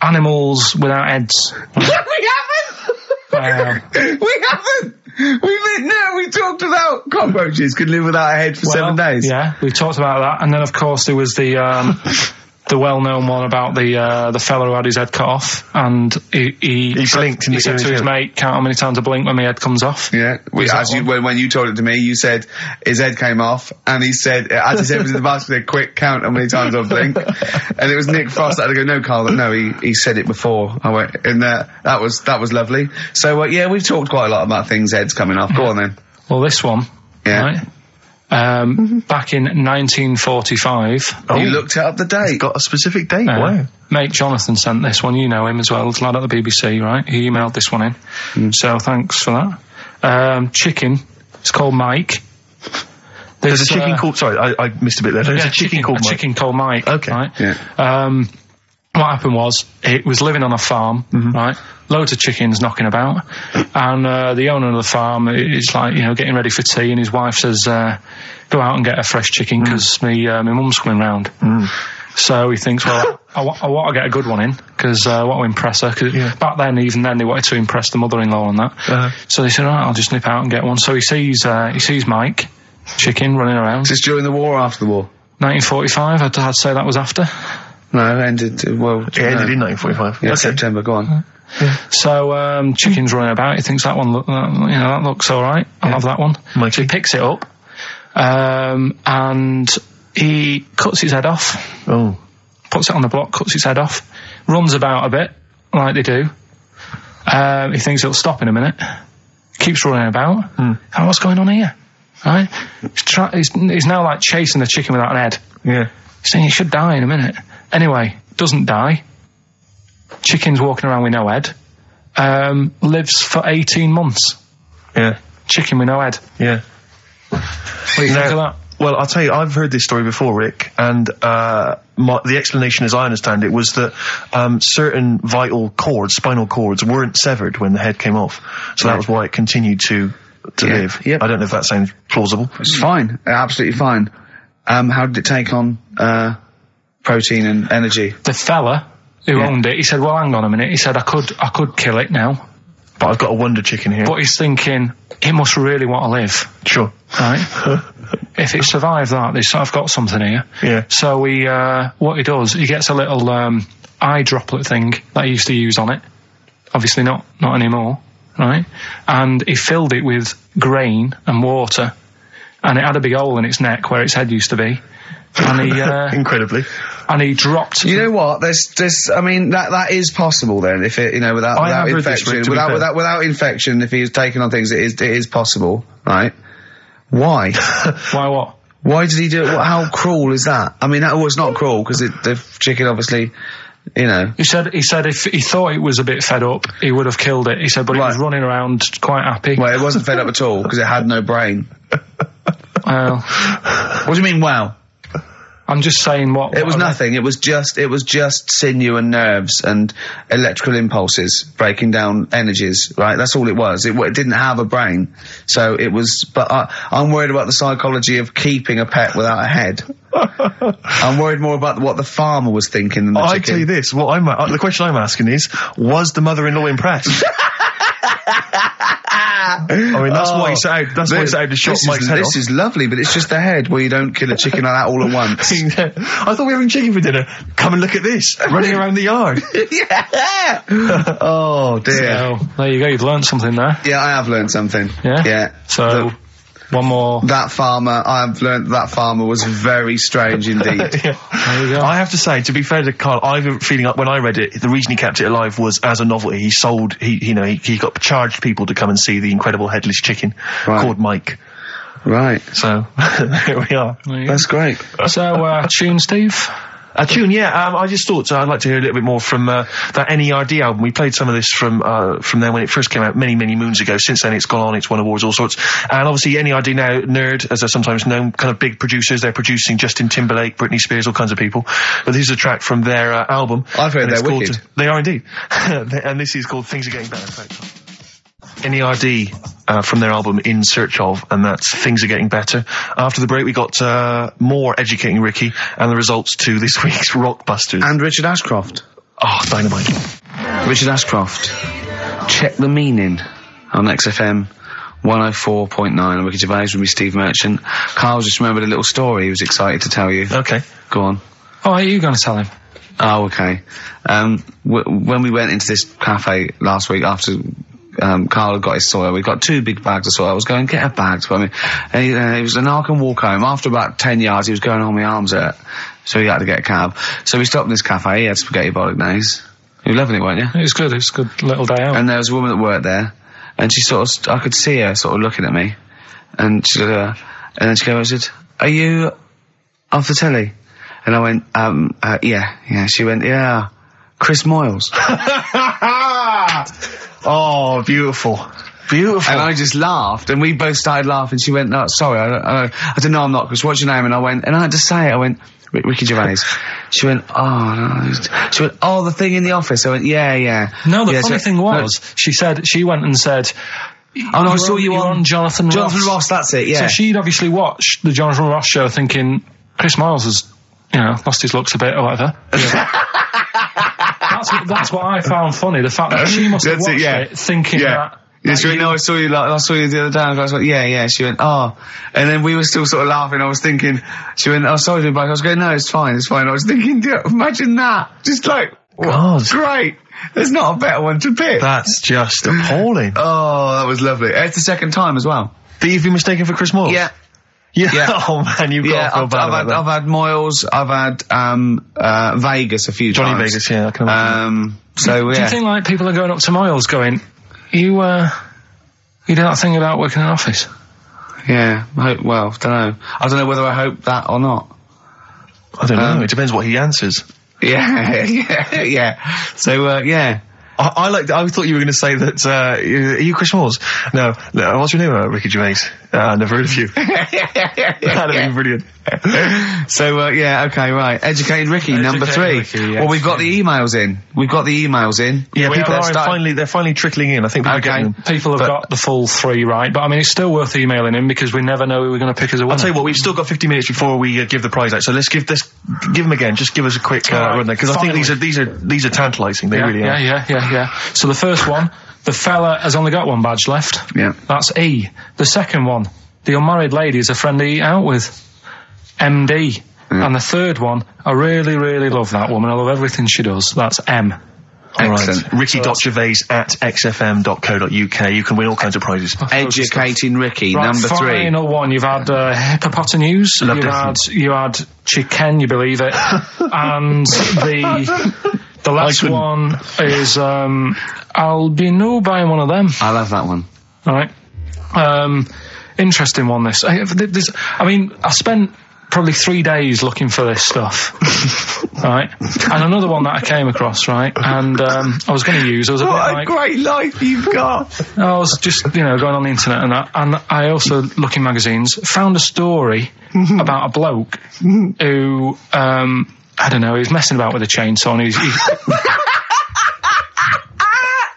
S3: animals without heads.
S1: we haven't.
S3: Wow.
S1: we haven't. We been, no. We talked about cockroaches could live without a head for seven
S3: Well,
S1: days.
S3: Yeah, we've talked about that. And then, of course, there was the, um, the well-known one about the, uh, the fellow who had his head cut off and he, he,
S2: He blinked in
S3: he
S2: the
S3: said to his mate, count how many times I blink when my head comes off.
S1: Yeah, we,
S3: Was that
S1: as you,
S3: one?
S1: when, when you told it to me, you said his head came off, and he said, as his head was in the basket, he said, quick count how many times I've blinked. and it was Nick Frost that had to go, no, Carl, no, he, he said it before. I went, and uh, that was that was lovely. So, uh, yeah, we've talked quite a lot about things heads coming off. Go on then.
S3: Well, this one,
S1: Yeah.
S3: right? Um, back in 1945,
S1: You looked up the date.
S2: "Oh, Got a specific date.
S3: Uh,
S2: Oh, wow.
S3: Mate Jonathan sent this one. You know him as well. The lad at the BBC, right? He emailed this one in.
S2: Mm.
S3: So thanks for that. Um, chicken. It's called Mike.
S2: There's a
S3: This,
S2: chicken
S3: uh,
S2: called. Sorry, I, I missed a bit there. There's
S3: yeah,
S2: a chicken, called.
S3: a
S2: Mike.
S3: chicken called Mike.
S2: Okay.
S3: Right?
S1: Yeah.
S3: Um, what happened was it was living on a farm, right? Loads of chickens knocking about, and uh, the owner of the farm i- is like, you know, getting ready for tea, and his wife says, uh, "Go out and get a fresh chicken because me uh, my mum's coming round." So he thinks, well, I, wa- I want to get a good one in because uh, I want to impress her. 'Cause
S2: Yeah.
S3: back then, even then, they wanted to impress the mother-in-law and that.
S2: Uh-huh.
S3: So they said, "All right, I'll just nip out and get one." So he sees uh, he sees Mike, chicken running around.
S1: Just during the war or after the war?
S3: 1945. I'd, I'd say that was after.
S1: No, ended, uh, well.
S2: It ended in 1945.
S1: Uh-huh. Yeah,
S2: okay.
S1: September, go on.
S3: So um, chicken's running about. He thinks that one, look, that, you know, that looks all right. I love that one.
S2: Mikey.
S3: So he picks it up, um, and he cuts his head off,
S2: Oh.
S3: puts it on the block, cuts his head off, runs about a bit like they do. Um, he thinks it'll stop in a minute. Keeps running about. And what's going on here? Right? He's, try- he's, he's now like chasing the chicken without an head.
S2: Yeah.
S3: He's saying it should die in a minute. Anyway, doesn't die. Chicken's walking around with no head. Um, lives for 18 months.
S2: Yeah.
S3: Chicken with no head.
S2: Yeah.
S3: What do you think
S2: No.
S3: of that?
S2: Well, I'll tell you, I've heard this story before, Rick, and uh, my, the explanation, as I understand it, was that um, certain vital cords, spinal cords, weren't severed when the head came off, so that was why it continued to to
S1: Yeah,
S2: live.
S1: yep.
S2: I don't know if that sounds plausible.
S1: It's fine, absolutely fine. Um, how did it take on uh, protein and energy?
S3: The fella who
S1: Yeah.
S3: owned it, he said, "Well, hang on a minute." He said, "I could, I could kill it now,"
S2: But I've got a wonder chicken here.
S3: but he's thinking it must really want to live,
S2: Sure.
S3: right? if it survives that, they sort of got something here.
S2: Yeah.
S3: So he, uh, what he does, he gets a little um, eye droplet thing that he used to use on it. Obviously, not not anymore, right? And he filled it with grain and water, and it had a big hole in its neck where its head used to be, and he uh,
S2: Incredibly.
S3: and he dropped.
S1: You know what? There's, there's. I mean, that that is possible. Then, if it, you know, without
S2: I
S1: without
S2: have read this,
S1: infection,
S2: Rick, to be
S1: without
S2: fair.
S1: without without infection, if he's taking on things, it is it is possible, right? Why?
S3: Why what?
S1: Why did he do it? Wha- How cruel is that? I mean, that was not cruel because the chicken obviously, you know.
S3: He said he said if he thought it was a bit fed up, he would have killed it. He said, but it was
S1: Right.
S3: running around quite happy.
S1: Well, it wasn't fed up at all because it had no brain.
S3: Well,
S1: What do you mean? Wow,
S3: I'm just saying what
S1: it was
S2: Oh,
S3: what I read.
S1: nothing. It was just it was just sinew and nerves and electrical impulses breaking down energies. Right, that's all it was. It, w- it didn't have a brain, so it was. But I, I'm worried about the psychology of keeping a pet without a head. I'm worried more about what the farmer was thinking than the
S2: I
S1: chicken.
S2: tell you this. What I'm uh, the question I'm asking is: Was the mother-in-law impressed? I mean, that's why he set out. That's why he set out to shot
S1: this
S2: Mike's
S1: is,
S2: head
S1: this
S2: off.
S1: is lovely, but it's just the head where you don't kill a chicken like that all at once.
S2: I thought we were having chicken for dinner. Come and look at this running around the yard.
S1: yeah. Oh dear.
S3: So, there you go. You've learned something there.
S1: Yeah, I have learned something.
S3: Yeah?
S1: Yeah.
S3: So
S1: The-
S3: one more.
S1: that farmer, I've learned that farmer was very strange indeed.
S2: Yeah.
S3: There you go.
S2: I have to say, to be fair to Carl, I have a feeling like when I read it, the reason he kept it alive was as a novelty. He sold, he you know, he, he got charged people to come and see the incredible headless chicken
S1: Right.
S2: called Mike.
S1: right.
S2: So here we are.
S3: There you go.
S1: That's great.
S3: So uh, tune, Steve.
S2: Uh, tune, yeah. Um, I just thought uh, I'd like to hear a little bit more from uh, that NERD album. We played some of this from uh, from there when it first came out many, many moons ago. Since then, it's gone on. It's won awards, all sorts. And obviously, NERD now, Nerd, as they're sometimes known, kind of big producers. They're producing Justin Timberlake, Britney Spears, all kinds of people. But this is a track from their uh, album.
S1: I've heard
S2: And it's
S1: they're
S2: called-
S1: wicked.
S2: They are indeed. and this is called Things Are Getting Better. NERD E uh, from their album In Search of, and that's Things Are Getting Better. After the break, we got uh, more Educating Ricky and the results to this week's Rockbusters.
S1: And Richard Ashcroft.
S2: oh, dynamite.
S1: Richard Ashcroft. Check the meaning on XFM. 104.9 on Wicked Gervais with me, Steve Merchant. Carl's just remembered a little story he was excited to tell you.
S2: Okay.
S1: Go on.
S3: Oh, are you going to tell him?
S1: Oh, okay. Um, w- when we went into this cafe last week after um, Carl had got his soil, we got two big bags of soil. I was going, get a bag. But I mean, and he, uh, it was an arc and walk home. After about 10 yards, he was going, oh, my arms hurt. So he had to get a cab. So we stopped in this cafe. He had spaghetti bolognese. You were loving it, weren't you?
S3: It was good. It was a good little day out.
S1: And there was a woman that worked there, and she sort of, st- I could see her sort of looking at me, and she, uh, and then she came over and said, "Are you off the telly?" And I went, um, uh, "Yeah, yeah." She went, "Yeah, Chris Moyles," Ah!
S2: oh, beautiful. Beautiful.
S1: and I just laughed, and we both started laughing. She went, "No, sorry, I don't, I don't, I don't know, I'm not." Chris, what's your name? And I went, and I had to say it. I went. "Ri- Ricky Gervais. She went, oh, no. She went, oh, the thing in the office. I went, yeah, yeah.
S3: no, the
S1: Yeah,
S3: funny
S1: so-
S3: thing
S1: no,
S3: was, she said she went and said,
S1: Oh, no, I
S3: were
S1: saw you
S3: were
S1: on,
S3: Jonathan Ross."
S1: Jonathan Ross, that's it, yeah.
S3: So she'd obviously watched the Jonathan Ross show, thinking Chris Miles has, you know, lost his looks a bit or whatever. that's, what- that's what I found funny. The fact that she must have
S1: That's it,
S3: watched it,
S1: yeah.
S3: thinking that.
S1: Yeah, she went, no, I saw you. Like, I saw you the other day. And I was like, yeah, yeah. She went, oh, and then we were still sort of laughing. I was thinking, she went, oh, sorry, but I was going, no, it's fine, it's fine. I was thinking, yeah, imagine that, just like,
S2: God.
S1: great. There's not a better one to pick.
S2: Oh, That's just appalling.
S1: oh, that was lovely. It's the second time as well.
S2: That you've been mistaken for Chris Moore.
S1: Yeah,
S2: yeah.
S1: yeah.
S2: Oh man, you've
S1: yeah.
S2: got to feel
S1: I've,
S2: bad
S1: I've
S2: about
S1: had,
S2: that.
S1: I've had Moyles. I've had um, uh, Vegas a few
S2: Johnny
S1: times.
S2: Vegas, yeah, I can imagine.
S1: Um, so
S3: Do
S1: yeah.
S3: you think like people are going up to Miles going, you, uh, you do that thing about working in an office?
S1: yeah. I hope, well, I don't know. I don't know whether I hope that or not.
S2: I don't know.
S1: um,
S2: it depends what he answers.
S1: Yeah, yeah, yeah. So uh, yeah,
S2: I, I like. I thought you were going to say that. Uh, you- are you Chris Moores? No, no. What's your name, uh, Ricky Gervais? Ah, I never heard of you. That'd be brilliant.
S1: So uh, yeah, okay, right. Educated Ricky, number three.
S3: Educated Ricky, yeah.
S1: Well, we've got the emails in. We've got the emails in.
S2: Yeah,
S3: We
S2: people
S3: are
S2: are
S1: starting-
S2: finally they're finally trickling in. I think people are
S1: Okay.
S2: getting them.
S3: People have
S2: But-
S3: got the full three right, but I mean, it's still worth emailing in because we never know who we're going to pick as a winner.
S2: I'll tell you what, we've still got 50 minutes before we uh, give the prize out. So let's give this, give them again. Just give us a quick uh,
S3: Alright,
S2: run there because I think
S3: finally.
S2: these are these are these are tantalising. They
S3: yeah,
S2: really
S3: yeah,
S2: are.
S3: yeah, yeah, yeah. So the first one, the fella has only got one badge left.
S1: Yeah.
S3: That's E. The second one, the unmarried lady is a friend to eat out with. MD. And the third one, I really, really love that woman. I love everything she does. That's M.
S2: All right,
S1: Excellent.
S2: Ricky dot Gervais at xfm.co.uk. You can win all kinds of prizes.
S1: Educating Ricky,
S3: Right,
S1: number three.
S3: Final one. You've had uh, hippopotamus.
S2: Love
S3: you've
S2: this
S3: had you had chicken. You believe it. and the the last
S2: couldn't.
S3: one is um, I'll be no buying one of them.
S1: I love that one.
S3: All right. Um, interesting one. This. I, th- this. I mean, I spent probably three days looking for this stuff. all right. And another one that I came across. Right. And um, I was going to use. I was
S1: Oh,
S3: a bit like, oh,
S1: great life you've got.
S3: I was just, you know, going on the internet and that, and I also look in magazines, found a story about a bloke who, um, I don't know, he was messing about with a chainsaw and he was, he,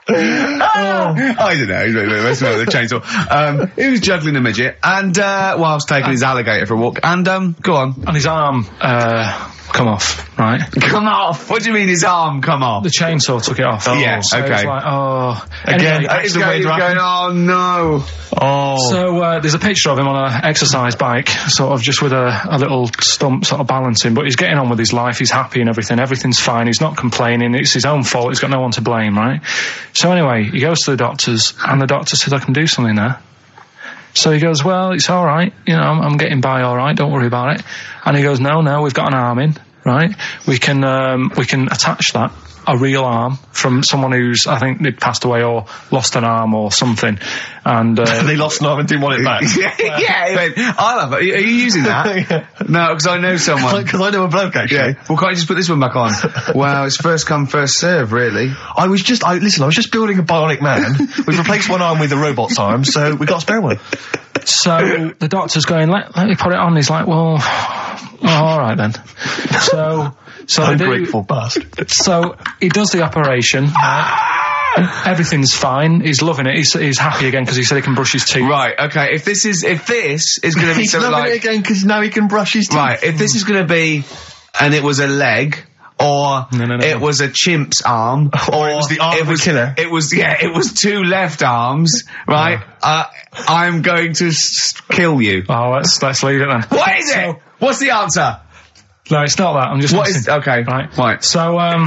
S1: I don't know. He's a bit messing about with a chainsaw. Um, he was juggling a midget, and uh, whilst taking his alligator for a walk, and um, go on,
S3: and his arm, uh, come off, right?
S1: come off. What do you mean his arm come off?
S3: The chainsaw took it off. Oh,
S1: Yeah,
S3: so
S1: okay.
S3: It's like, oh.
S2: Again,
S3: Anyway,
S2: that is the
S1: Go-
S2: way
S1: he's
S2: they're
S1: going,
S2: happening.
S1: oh no.
S2: Oh,
S3: So uh, there's a picture of him on an exercise bike, sort of just with a, a little stump, sort of balancing. But he's getting on with his life. He's happy and everything. Everything's fine. He's not complaining. It's his own fault. He's got no one to blame, right? So anyway, he goes to the doctors, and the doctor says, "I can do something there." So he goes, "Well, it's all right. You know, I'm, I'm getting by all right. Don't worry about it." And he goes, "No, no, we've got an arm in, right? We can um, we can attach that." A real arm from someone who's, I think, they'd passed away or lost an arm or something, and uh,
S2: they lost an arm and didn't want it back.
S1: yeah, yeah. he went, I love it. Are you are you using that? No, because I know someone.
S2: Because I know a bloke actually.
S1: Yeah. Well, can't you just put this one back on? Wow, it's first come, first serve, really.
S2: I was just, I listen, I was just building a bionic man. We've replaced one arm with a robot's arm, so we got a spare one.
S3: So the doctor's going, let, let me put it on. He's like, well, oh, all right then. So, so they do,
S2: Ungrateful bastard.
S3: so he does the operation. right? Everything's fine. He's loving it. He's, he's happy again because he said he can brush his teeth.
S1: Right. Okay. If this is if this is going to be
S2: He's
S1: something
S2: loving it
S1: like
S2: again because now he can brush his teeth.
S1: right, if this is going to be, and it was a leg. Or
S3: No, no, no,
S1: it
S3: no.
S1: was a chimp's arm,
S2: Or it was the arm
S1: it
S2: of a
S1: was-
S2: killer.
S1: It was yeah, it was two left arms, right? Uh, I'm going to s- kill you.
S3: Oh, let's let's leave it then.
S1: What is it? What's the answer?
S3: No, it's not that. I'm just.
S1: What
S3: messing.
S1: is okay?
S3: Right.
S1: right.
S3: So um,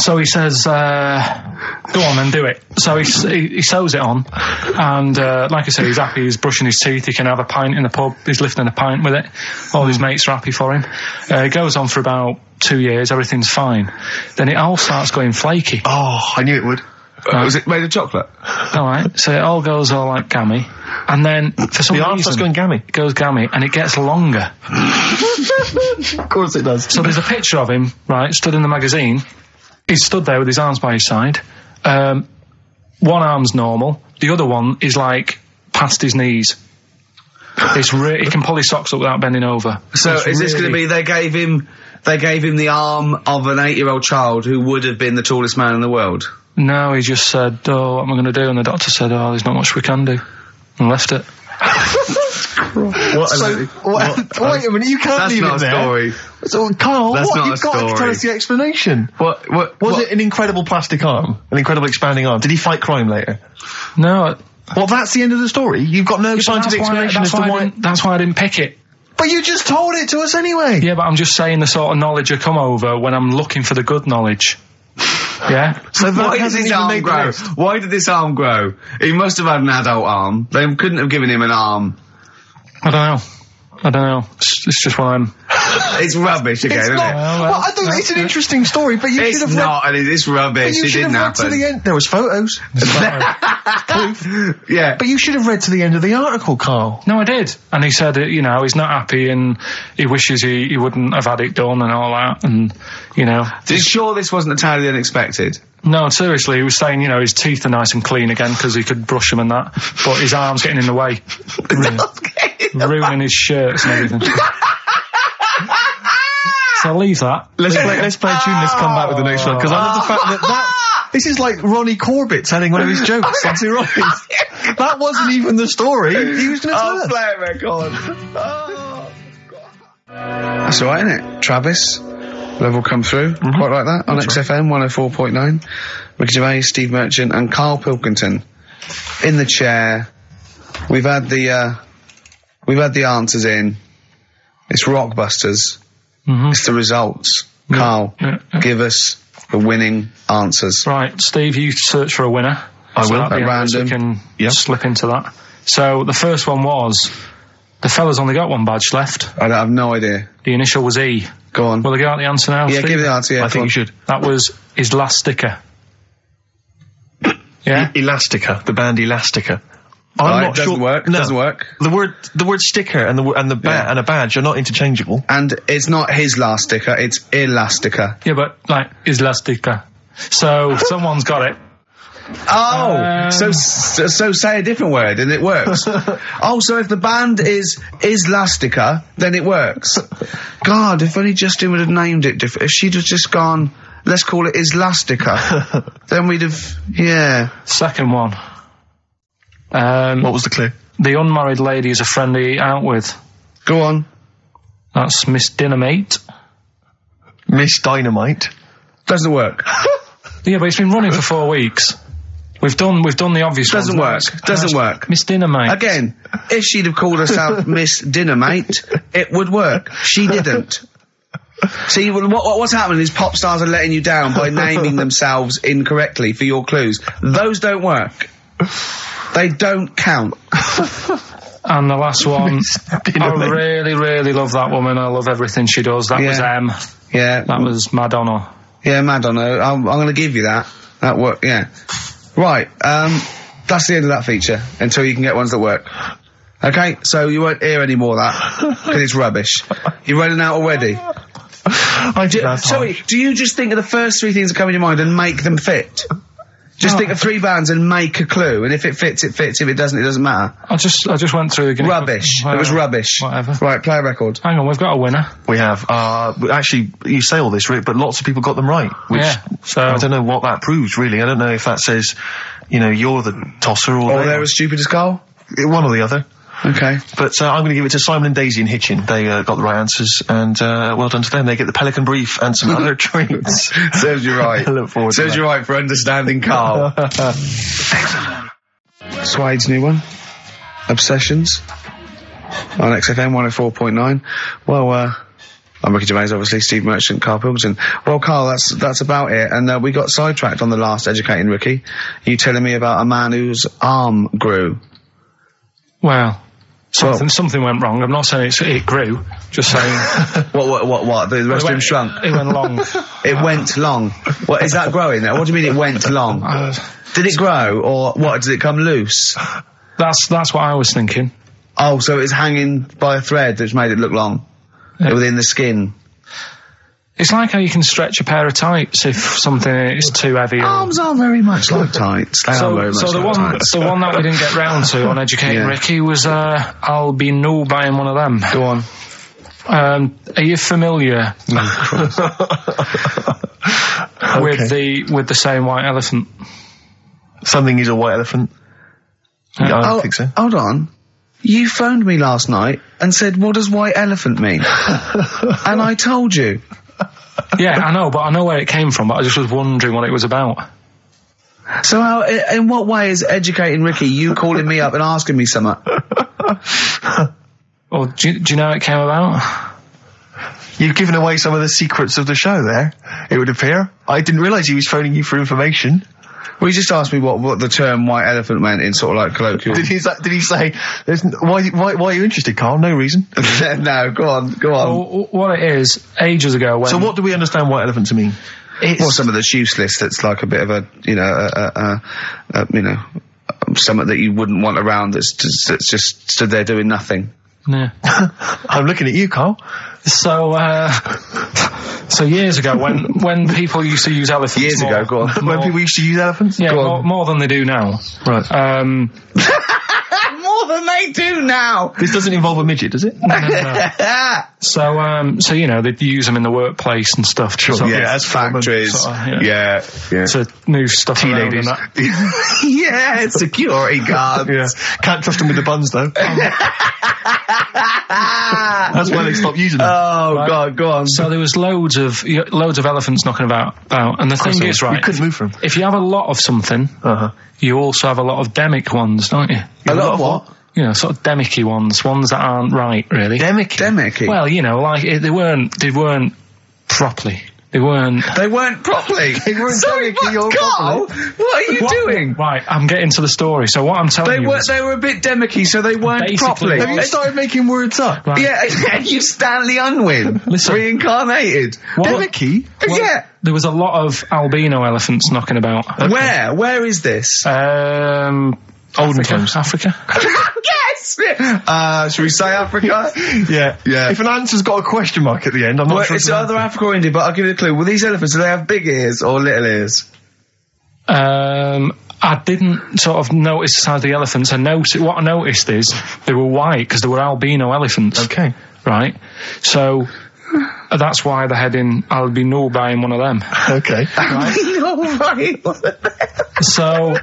S3: so he says, uh, "Go on and do it." So he s- he, he sews it on, and uh, like I said, he's happy. He's brushing his teeth. He can have a pint in the pub. He's lifting a pint with it. All his mates are happy for him. Uh, it goes on for about two years. Everything's fine. Then it all starts going flaky.
S2: Oh, I knew it would.
S1: Uh, was it made of chocolate?
S3: All right. So it all goes all like gammy, and then for some
S2: The arm
S3: reason
S2: starts going gammy.
S3: it goes gammy, and it gets longer.
S2: Of course it does.
S3: So there's a picture of him, right, stood in the magazine. He's stood there with his arms by his side. Um, one arm's normal. The other one is like past his knees. It's re- he can pull his socks up without bending over.
S1: So
S3: It's
S1: is this going to
S3: really-
S1: be they gave him they gave him the arm of an eight year old child who would have been the tallest man in the world?
S3: No, he just said, "Oh, what am I going to do?" And the doctor said, "Oh, there's not much we can do," and left it.
S1: What?
S2: So, what, wait a minute, you can't
S1: that's
S2: leave
S1: not
S2: it
S1: a
S2: there.
S1: story.
S2: So, Carl,
S1: That's
S2: what?
S1: not
S2: You've
S1: a
S2: got to
S1: story.
S2: tell us the explanation.
S1: What? What?
S2: Was
S1: what-
S2: it an incredible plastic arm? An incredible expanding arm? Did he fight crime later?
S3: No,
S2: Well, that's the end of the story. You've got no
S3: that's
S2: scientific
S3: why,
S2: explanation
S3: that's,
S2: as to
S3: why I
S2: why.
S3: didn't, that's why I didn't pick it.
S2: But you just told it to us anyway.
S3: Yeah, but I'm just saying the sort of knowledge I come over when I'm looking for the good knowledge. Yeah.
S2: So that
S1: Why did
S2: hasn't
S1: this
S2: even
S1: arm
S2: made the
S1: grow?
S2: list.
S1: Why did this arm grow? He must have had an adult arm. They couldn't have given him an arm.
S3: I don't know. I don't know. It's, it's just what I'm.
S1: It's rubbish again,
S2: It's
S1: isn't
S2: not.
S1: it?
S3: Well,
S2: Well,
S3: well,
S2: I don't.
S3: well,
S2: It's an
S3: well.
S2: interesting story, but you should
S1: It's
S2: have read.
S1: not. and it is
S2: but
S1: rubbish.
S2: you
S1: It
S2: should
S1: didn't
S2: have read to the
S1: happen.
S2: end. There was photos,
S1: Yeah.
S2: but you should have read to the end of the article, Carl.
S3: no, I did. And he said, uh, you know, he's not happy and he wishes he, he wouldn't have had it done and all that. And, you know,
S1: Did- sure this wasn't entirely unexpected.
S3: No, seriously, he was saying, you know, his teeth are nice and clean again because he could brush them and that, but his arm's getting in the way, ruining his shirts and everything. so I'll leave that.
S2: Let's play. Let's play a tune. Let's come back with the next one because I love the fact that that this is like Ronnie Corbett telling one of his jokes on Two Robins. That wasn't even the story. He was Oh, going to
S1: I'll
S2: tell. us.
S1: play it, record. That's all right, isn't it? Travis, level come through,
S2: Mm-hmm.
S1: quite like that, on XFM 104.9. Ricky Gervais, Steve Merchant, and Carl Pilkington in the chair. We've had the uh, we've had the answers in. It's Rockbusters.
S3: Mhm.
S1: It's the results.
S2: Mm.
S1: Carl,
S3: yeah, yeah.
S1: give us the winning answers.
S3: Right, Steve, you search for a winner. I
S2: will,
S1: at
S3: We
S1: random.
S3: can slip into that. So the first one was the fella's only got one badge left.
S1: I have no idea.
S3: The initial was E.
S1: Go on.
S3: Will I give out the answer now?
S1: yeah,
S3: Steve?
S1: give it the answer. Yeah,
S2: I
S1: go
S2: think
S1: on.
S2: you should.
S3: That was his last sticker. Yeah.
S2: Elastica, the band Elastica. I'm
S1: All right,
S2: not
S1: doesn't
S2: sure.
S1: work.
S2: No.
S1: Doesn't work.
S2: The word, the word sticker and the wo- and the ba-
S1: Yeah.
S2: and a badge are not interchangeable.
S1: And it's not his last sticker, it's Elastica.
S3: Yeah, but like his last sticker. So someone's got it.
S1: Oh,
S3: Um.
S1: so so so say a different word and it works. oh, so if the band is is Elastica, then it works. God, if only Justin would have named it different. If she'd have just gone, let's call it Islastica, then we'd have yeah.
S3: Second one. Um,
S2: What was the clue?
S3: the unmarried lady is a friend he out with.
S1: Go on.
S3: That's Miss Dynamite.
S2: Miss Dynamite.
S1: Doesn't work.
S3: Yeah, but it's been running for four weeks. We've done we've done the obvious.
S1: Doesn't work.
S3: ones. Uh,
S1: Doesn't work.
S3: Miss Dynamite.
S1: Again, if she'd have called herself Miss Dinner Mate, it would work. She didn't. See, what, what- what's happening is pop stars are letting you down by naming themselves incorrectly for your clues. Those don't work. They don't count.
S3: And the last one. I
S2: Dynamite.
S3: really, really love that woman. I love everything she does. That was
S1: Yeah.
S3: M.
S1: Yeah,
S3: That was Madonna.
S1: yeah, Madonna. I'm, I'm going to give you that. That work. Yeah. Right. Um, that's the end of that feature until you can get ones that work. Okay, so you won't hear any more of that because it's rubbish. You're running out already.
S2: I did. that
S1: Sorry, do you just think of the first three things that come in your mind and make them fit? Just think of three bands and make a clue, and if it fits, it fits. If it doesn't, it doesn't matter.
S3: I just I just went through again.
S1: Rubbish. It was rubbish.
S3: Whatever.
S1: Right, play a record.
S3: Hang on, we've got a winner.
S2: We have. Uh, w- actually, you say all this, Rick, but lots of people got them right. Which
S3: Yeah, so-
S1: Oh.
S2: I don't know what that proves, really. I don't know if that says, you know, you're the tosser or,
S1: Or
S2: they
S1: they're
S2: are.
S1: as stupid as Carl.
S2: one or the other.
S1: Okay.
S2: But uh, I'm going to give it to Simon and Daisy and Hitchin. They uh, got the right answers, and uh, well done to them. They get the Pelican Brief and some other treats.
S1: Serves you right.
S2: I look forward to
S1: Serves
S2: that.
S1: you right for understanding Carl. Swade's new one, Obsessions, on XFM 104.9. Well, uh, I'm Ricky Gervais, obviously, Steve Merchant, Carl Pilkington. Well, Carl, that's, that's about it. And, uh, we got sidetracked on the last Educating Ricky. You telling me about a man whose arm grew.
S3: Well,
S1: Well,
S3: something, something went wrong. I'm not saying it's, it grew. Just saying.
S1: what, what, what, what? The rest of him shrunk.
S3: It went long.
S1: It went long. What, is that growing now? What do you mean it went long?
S3: Uh,
S1: Did it grow, or what? Did it come loose?
S3: that's that's what I was thinking.
S1: Oh, so it's hanging by a thread that's made it look long.
S3: Yeah.
S1: Within the skin.
S3: It's like how you can stretch a pair of tights if something is too heavy. or-
S1: Arms are very much like tights. They are
S3: so,
S1: very much
S3: so the
S1: like
S3: one,
S1: tights.
S3: the one that we didn't get round to on educating
S1: Yeah.
S3: Ricky was, uh, I'll be no buying one of them.
S1: Go on.
S3: Um, are you familiar with the with the same white elephant?
S2: Something is a white elephant. Yeah, I don't
S1: Oh,
S2: think so.
S1: Hold on. You phoned me last night and said, "What does white elephant mean?" and I told you.
S3: Yeah, I know, but I know where it came from. But I just was wondering what it was about.
S1: So, how, i- in what way is educating Ricky you calling me up and asking me something?
S3: Or do you, do you know how it came about?
S2: You've given away some of the secrets of the show there, it would appear. I didn't realise he was phoning you for information.
S1: Well, you just asked me what, what the term white elephant meant in sort of like colloquial.
S2: Did he, sa- did he say, There's n- why, why, why are you interested, Carl? No reason.
S1: no, go on, go on.
S3: Well, what it is, ages ago when
S2: So what do we understand white elephant to mean?
S3: it's,
S1: Well, some of that's useless. That's like a bit of a, you know, a, a, a, a you know, um, something that you wouldn't want around. That's just, that's just stood there doing nothing.
S3: Yeah.
S2: I'm looking at you, Carl.
S3: So, uh, so years ago, when when people used to use elephants
S1: Years
S3: more-
S1: ago, go on.
S2: when
S3: more-
S2: people used to use elephants.
S3: yeah,
S2: Go
S3: more,
S2: on. Uh,
S3: more than they do now.
S2: Right.
S3: Um,
S1: More than they do now.
S2: this doesn't involve a midget, does it?
S3: so um, so you know they'd use them in the workplace and stuff. to sort of-
S1: yeah,
S2: that's
S1: factories.
S3: sort of, yeah.
S1: yeah, yeah.
S3: to move stuff around and
S2: ladies.
S3: that.
S1: yeah, security guards.
S2: Yeah. Can't trust them with the buns though. That's why they stopped using them.
S1: Oh god, go on.
S3: So there was loads of y- loads of elephants knocking about, about. and the thing is,
S2: You
S3: right?
S2: couldn't move from.
S3: If you have a lot of something,
S2: Uh-huh.
S3: you also have a lot of demic ones, don't you?
S1: a lot of what?
S3: You know, sort of demicky ones, ones that aren't right, really.
S2: Demic.
S1: Demicky.
S3: well, you know, like it, they weren't, they weren't properly. They weren't.
S1: they weren't properly. they
S2: weren't
S1: Sorry,
S2: demicky
S1: what,
S2: or
S1: Carl? What are you
S3: What-
S1: doing?
S3: Right, I'm getting to the story. So what I'm telling
S1: They
S3: you
S1: were
S3: is-
S1: they were a bit demicky, so they weren't
S3: Basically,
S1: properly.
S3: Have you
S2: started making words up.
S3: Right.
S1: Yeah, yeah, you Stanley Unwin,
S3: Listen.
S1: reincarnated.
S3: What-
S2: Demicky.
S3: well,
S1: yeah,
S3: There was a lot of albino elephants knocking about.
S1: where where is this?
S3: Uh, Um,
S2: Olden
S3: Africa,
S2: times.
S3: Africa.
S1: yes. Uh, should we say Africa?
S2: Yeah.
S1: Yeah.
S2: If an answer's got a question mark at the end, I'm not
S1: well,
S2: sure.
S1: it's
S2: an
S1: either Africa or India, but I'll give you a clue. Well, these elephants, do they have big ears or little ears?
S3: Um, I didn't sort of notice the size of the elephants. I noticed what I noticed is they were white because they were albino elephants.
S2: Okay.
S3: right? So that's why they're heading. I'll be no buying one of them.
S2: Okay.
S1: no, right.
S3: So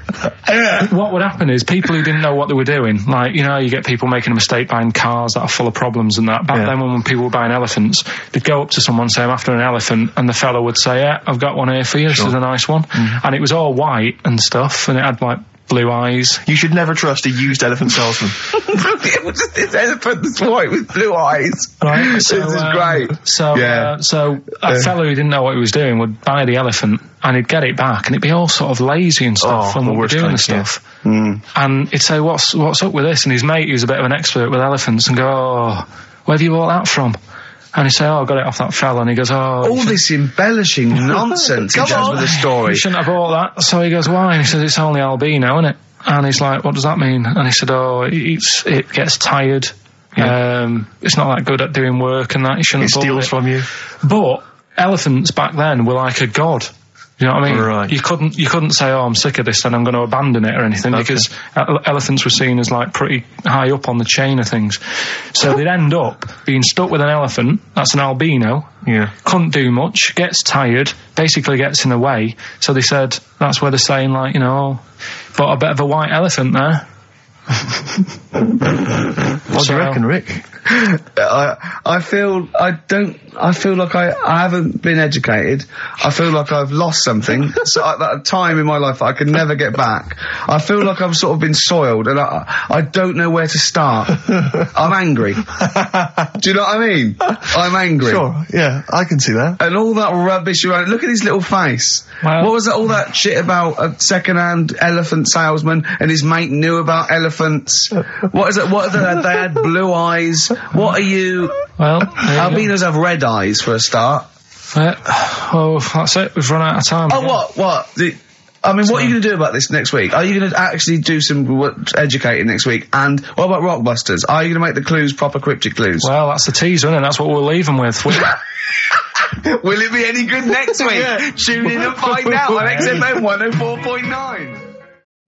S3: what would happen is people who didn't know what they were doing, like you know, you get people making a mistake buying cars that are full of problems and that. Back
S2: Yeah.
S3: then, when people were buying elephants, they'd go up to someone say, "I'm after an elephant," and the fellow would say, "Yeah, I've got one here for you. This is a nice one," and it was all white and stuff, and it had like blue eyes.
S2: You should never trust a used elephant salesman.
S1: it was just this elephant that's white with blue eyes.
S3: Right,
S1: this is
S3: um,
S1: great.
S3: So,
S1: Yeah.
S3: uh, so a fellow who didn't know what he was doing would buy the elephant, and he'd get it back, and it'd be all sort of lazy and stuff,
S2: Oh,
S3: and
S2: the
S3: what we're
S2: worst
S3: doing
S2: kind,
S3: and
S2: yeah.
S3: stuff. And he'd say, "What's what's up with this?" And his mate, who's a bit of an expert with elephants, and go, "Oh, where have you bought that from?" And he'd say, "Oh, I got it off that fella." And he goes, "Oh, you
S1: All this embellishing nonsense he
S2: Come
S1: does
S2: on.
S1: with a
S3: you
S1: story.
S3: shouldn't have bought that. So he goes, why? And he says, it's only albino, isn't it? And he's like, what does that mean? And he said, oh, it eats, it gets tired. Um, it's not that good at doing work and that. You shouldn't
S2: It
S3: have bought
S2: steals
S3: it."
S2: from you.
S3: But elephants back then were like a god. You know what I mean?
S2: Right.
S3: You couldn't you couldn't say, "Oh, I'm sick of this, and I'm going to abandon it" or anything, because ele- elephants were seen as like pretty high up on the chain of things. So they'd end up being stuck with an elephant. That's an albino.
S2: Yeah.
S3: Couldn't do much. Gets tired. Basically gets in the way. So they said that's where they're saying like, you know, but a bit of a white elephant there.
S2: What do
S3: So-
S2: you reckon, Rick?
S1: I, I feel I don't. I feel like I, I haven't been educated. I feel like I've lost something. so at that time in my life, I could never get back. I feel like I've sort of been soiled, and I I don't know where to start. I'm angry. Do you know what I mean? I'm angry.
S2: Sure. Yeah, I can see that.
S1: And all that rubbish around. Look at his little face.
S3: Well-
S1: what was that, all that shit about a second-hand elephant salesman and his mate knew about elephants? What is it? What are they? They had blue eyes. What are you?
S3: Well, there you go.
S1: Albinos have red eyes for a start.
S3: Uh, oh, that's it. We've run out of time.
S1: Oh,
S3: again.
S1: what? What? The, I mean, what are you going to do about this next week? Are you going to actually do some w- educating next week? And what about Rockbusters? Are you going to make the clues proper cryptic clues?
S3: Well, that's the teaser, isn't it? That's what we'll leave them with. We-
S1: oh Will it be any good next week? Tune in and find out on XFM 104.9.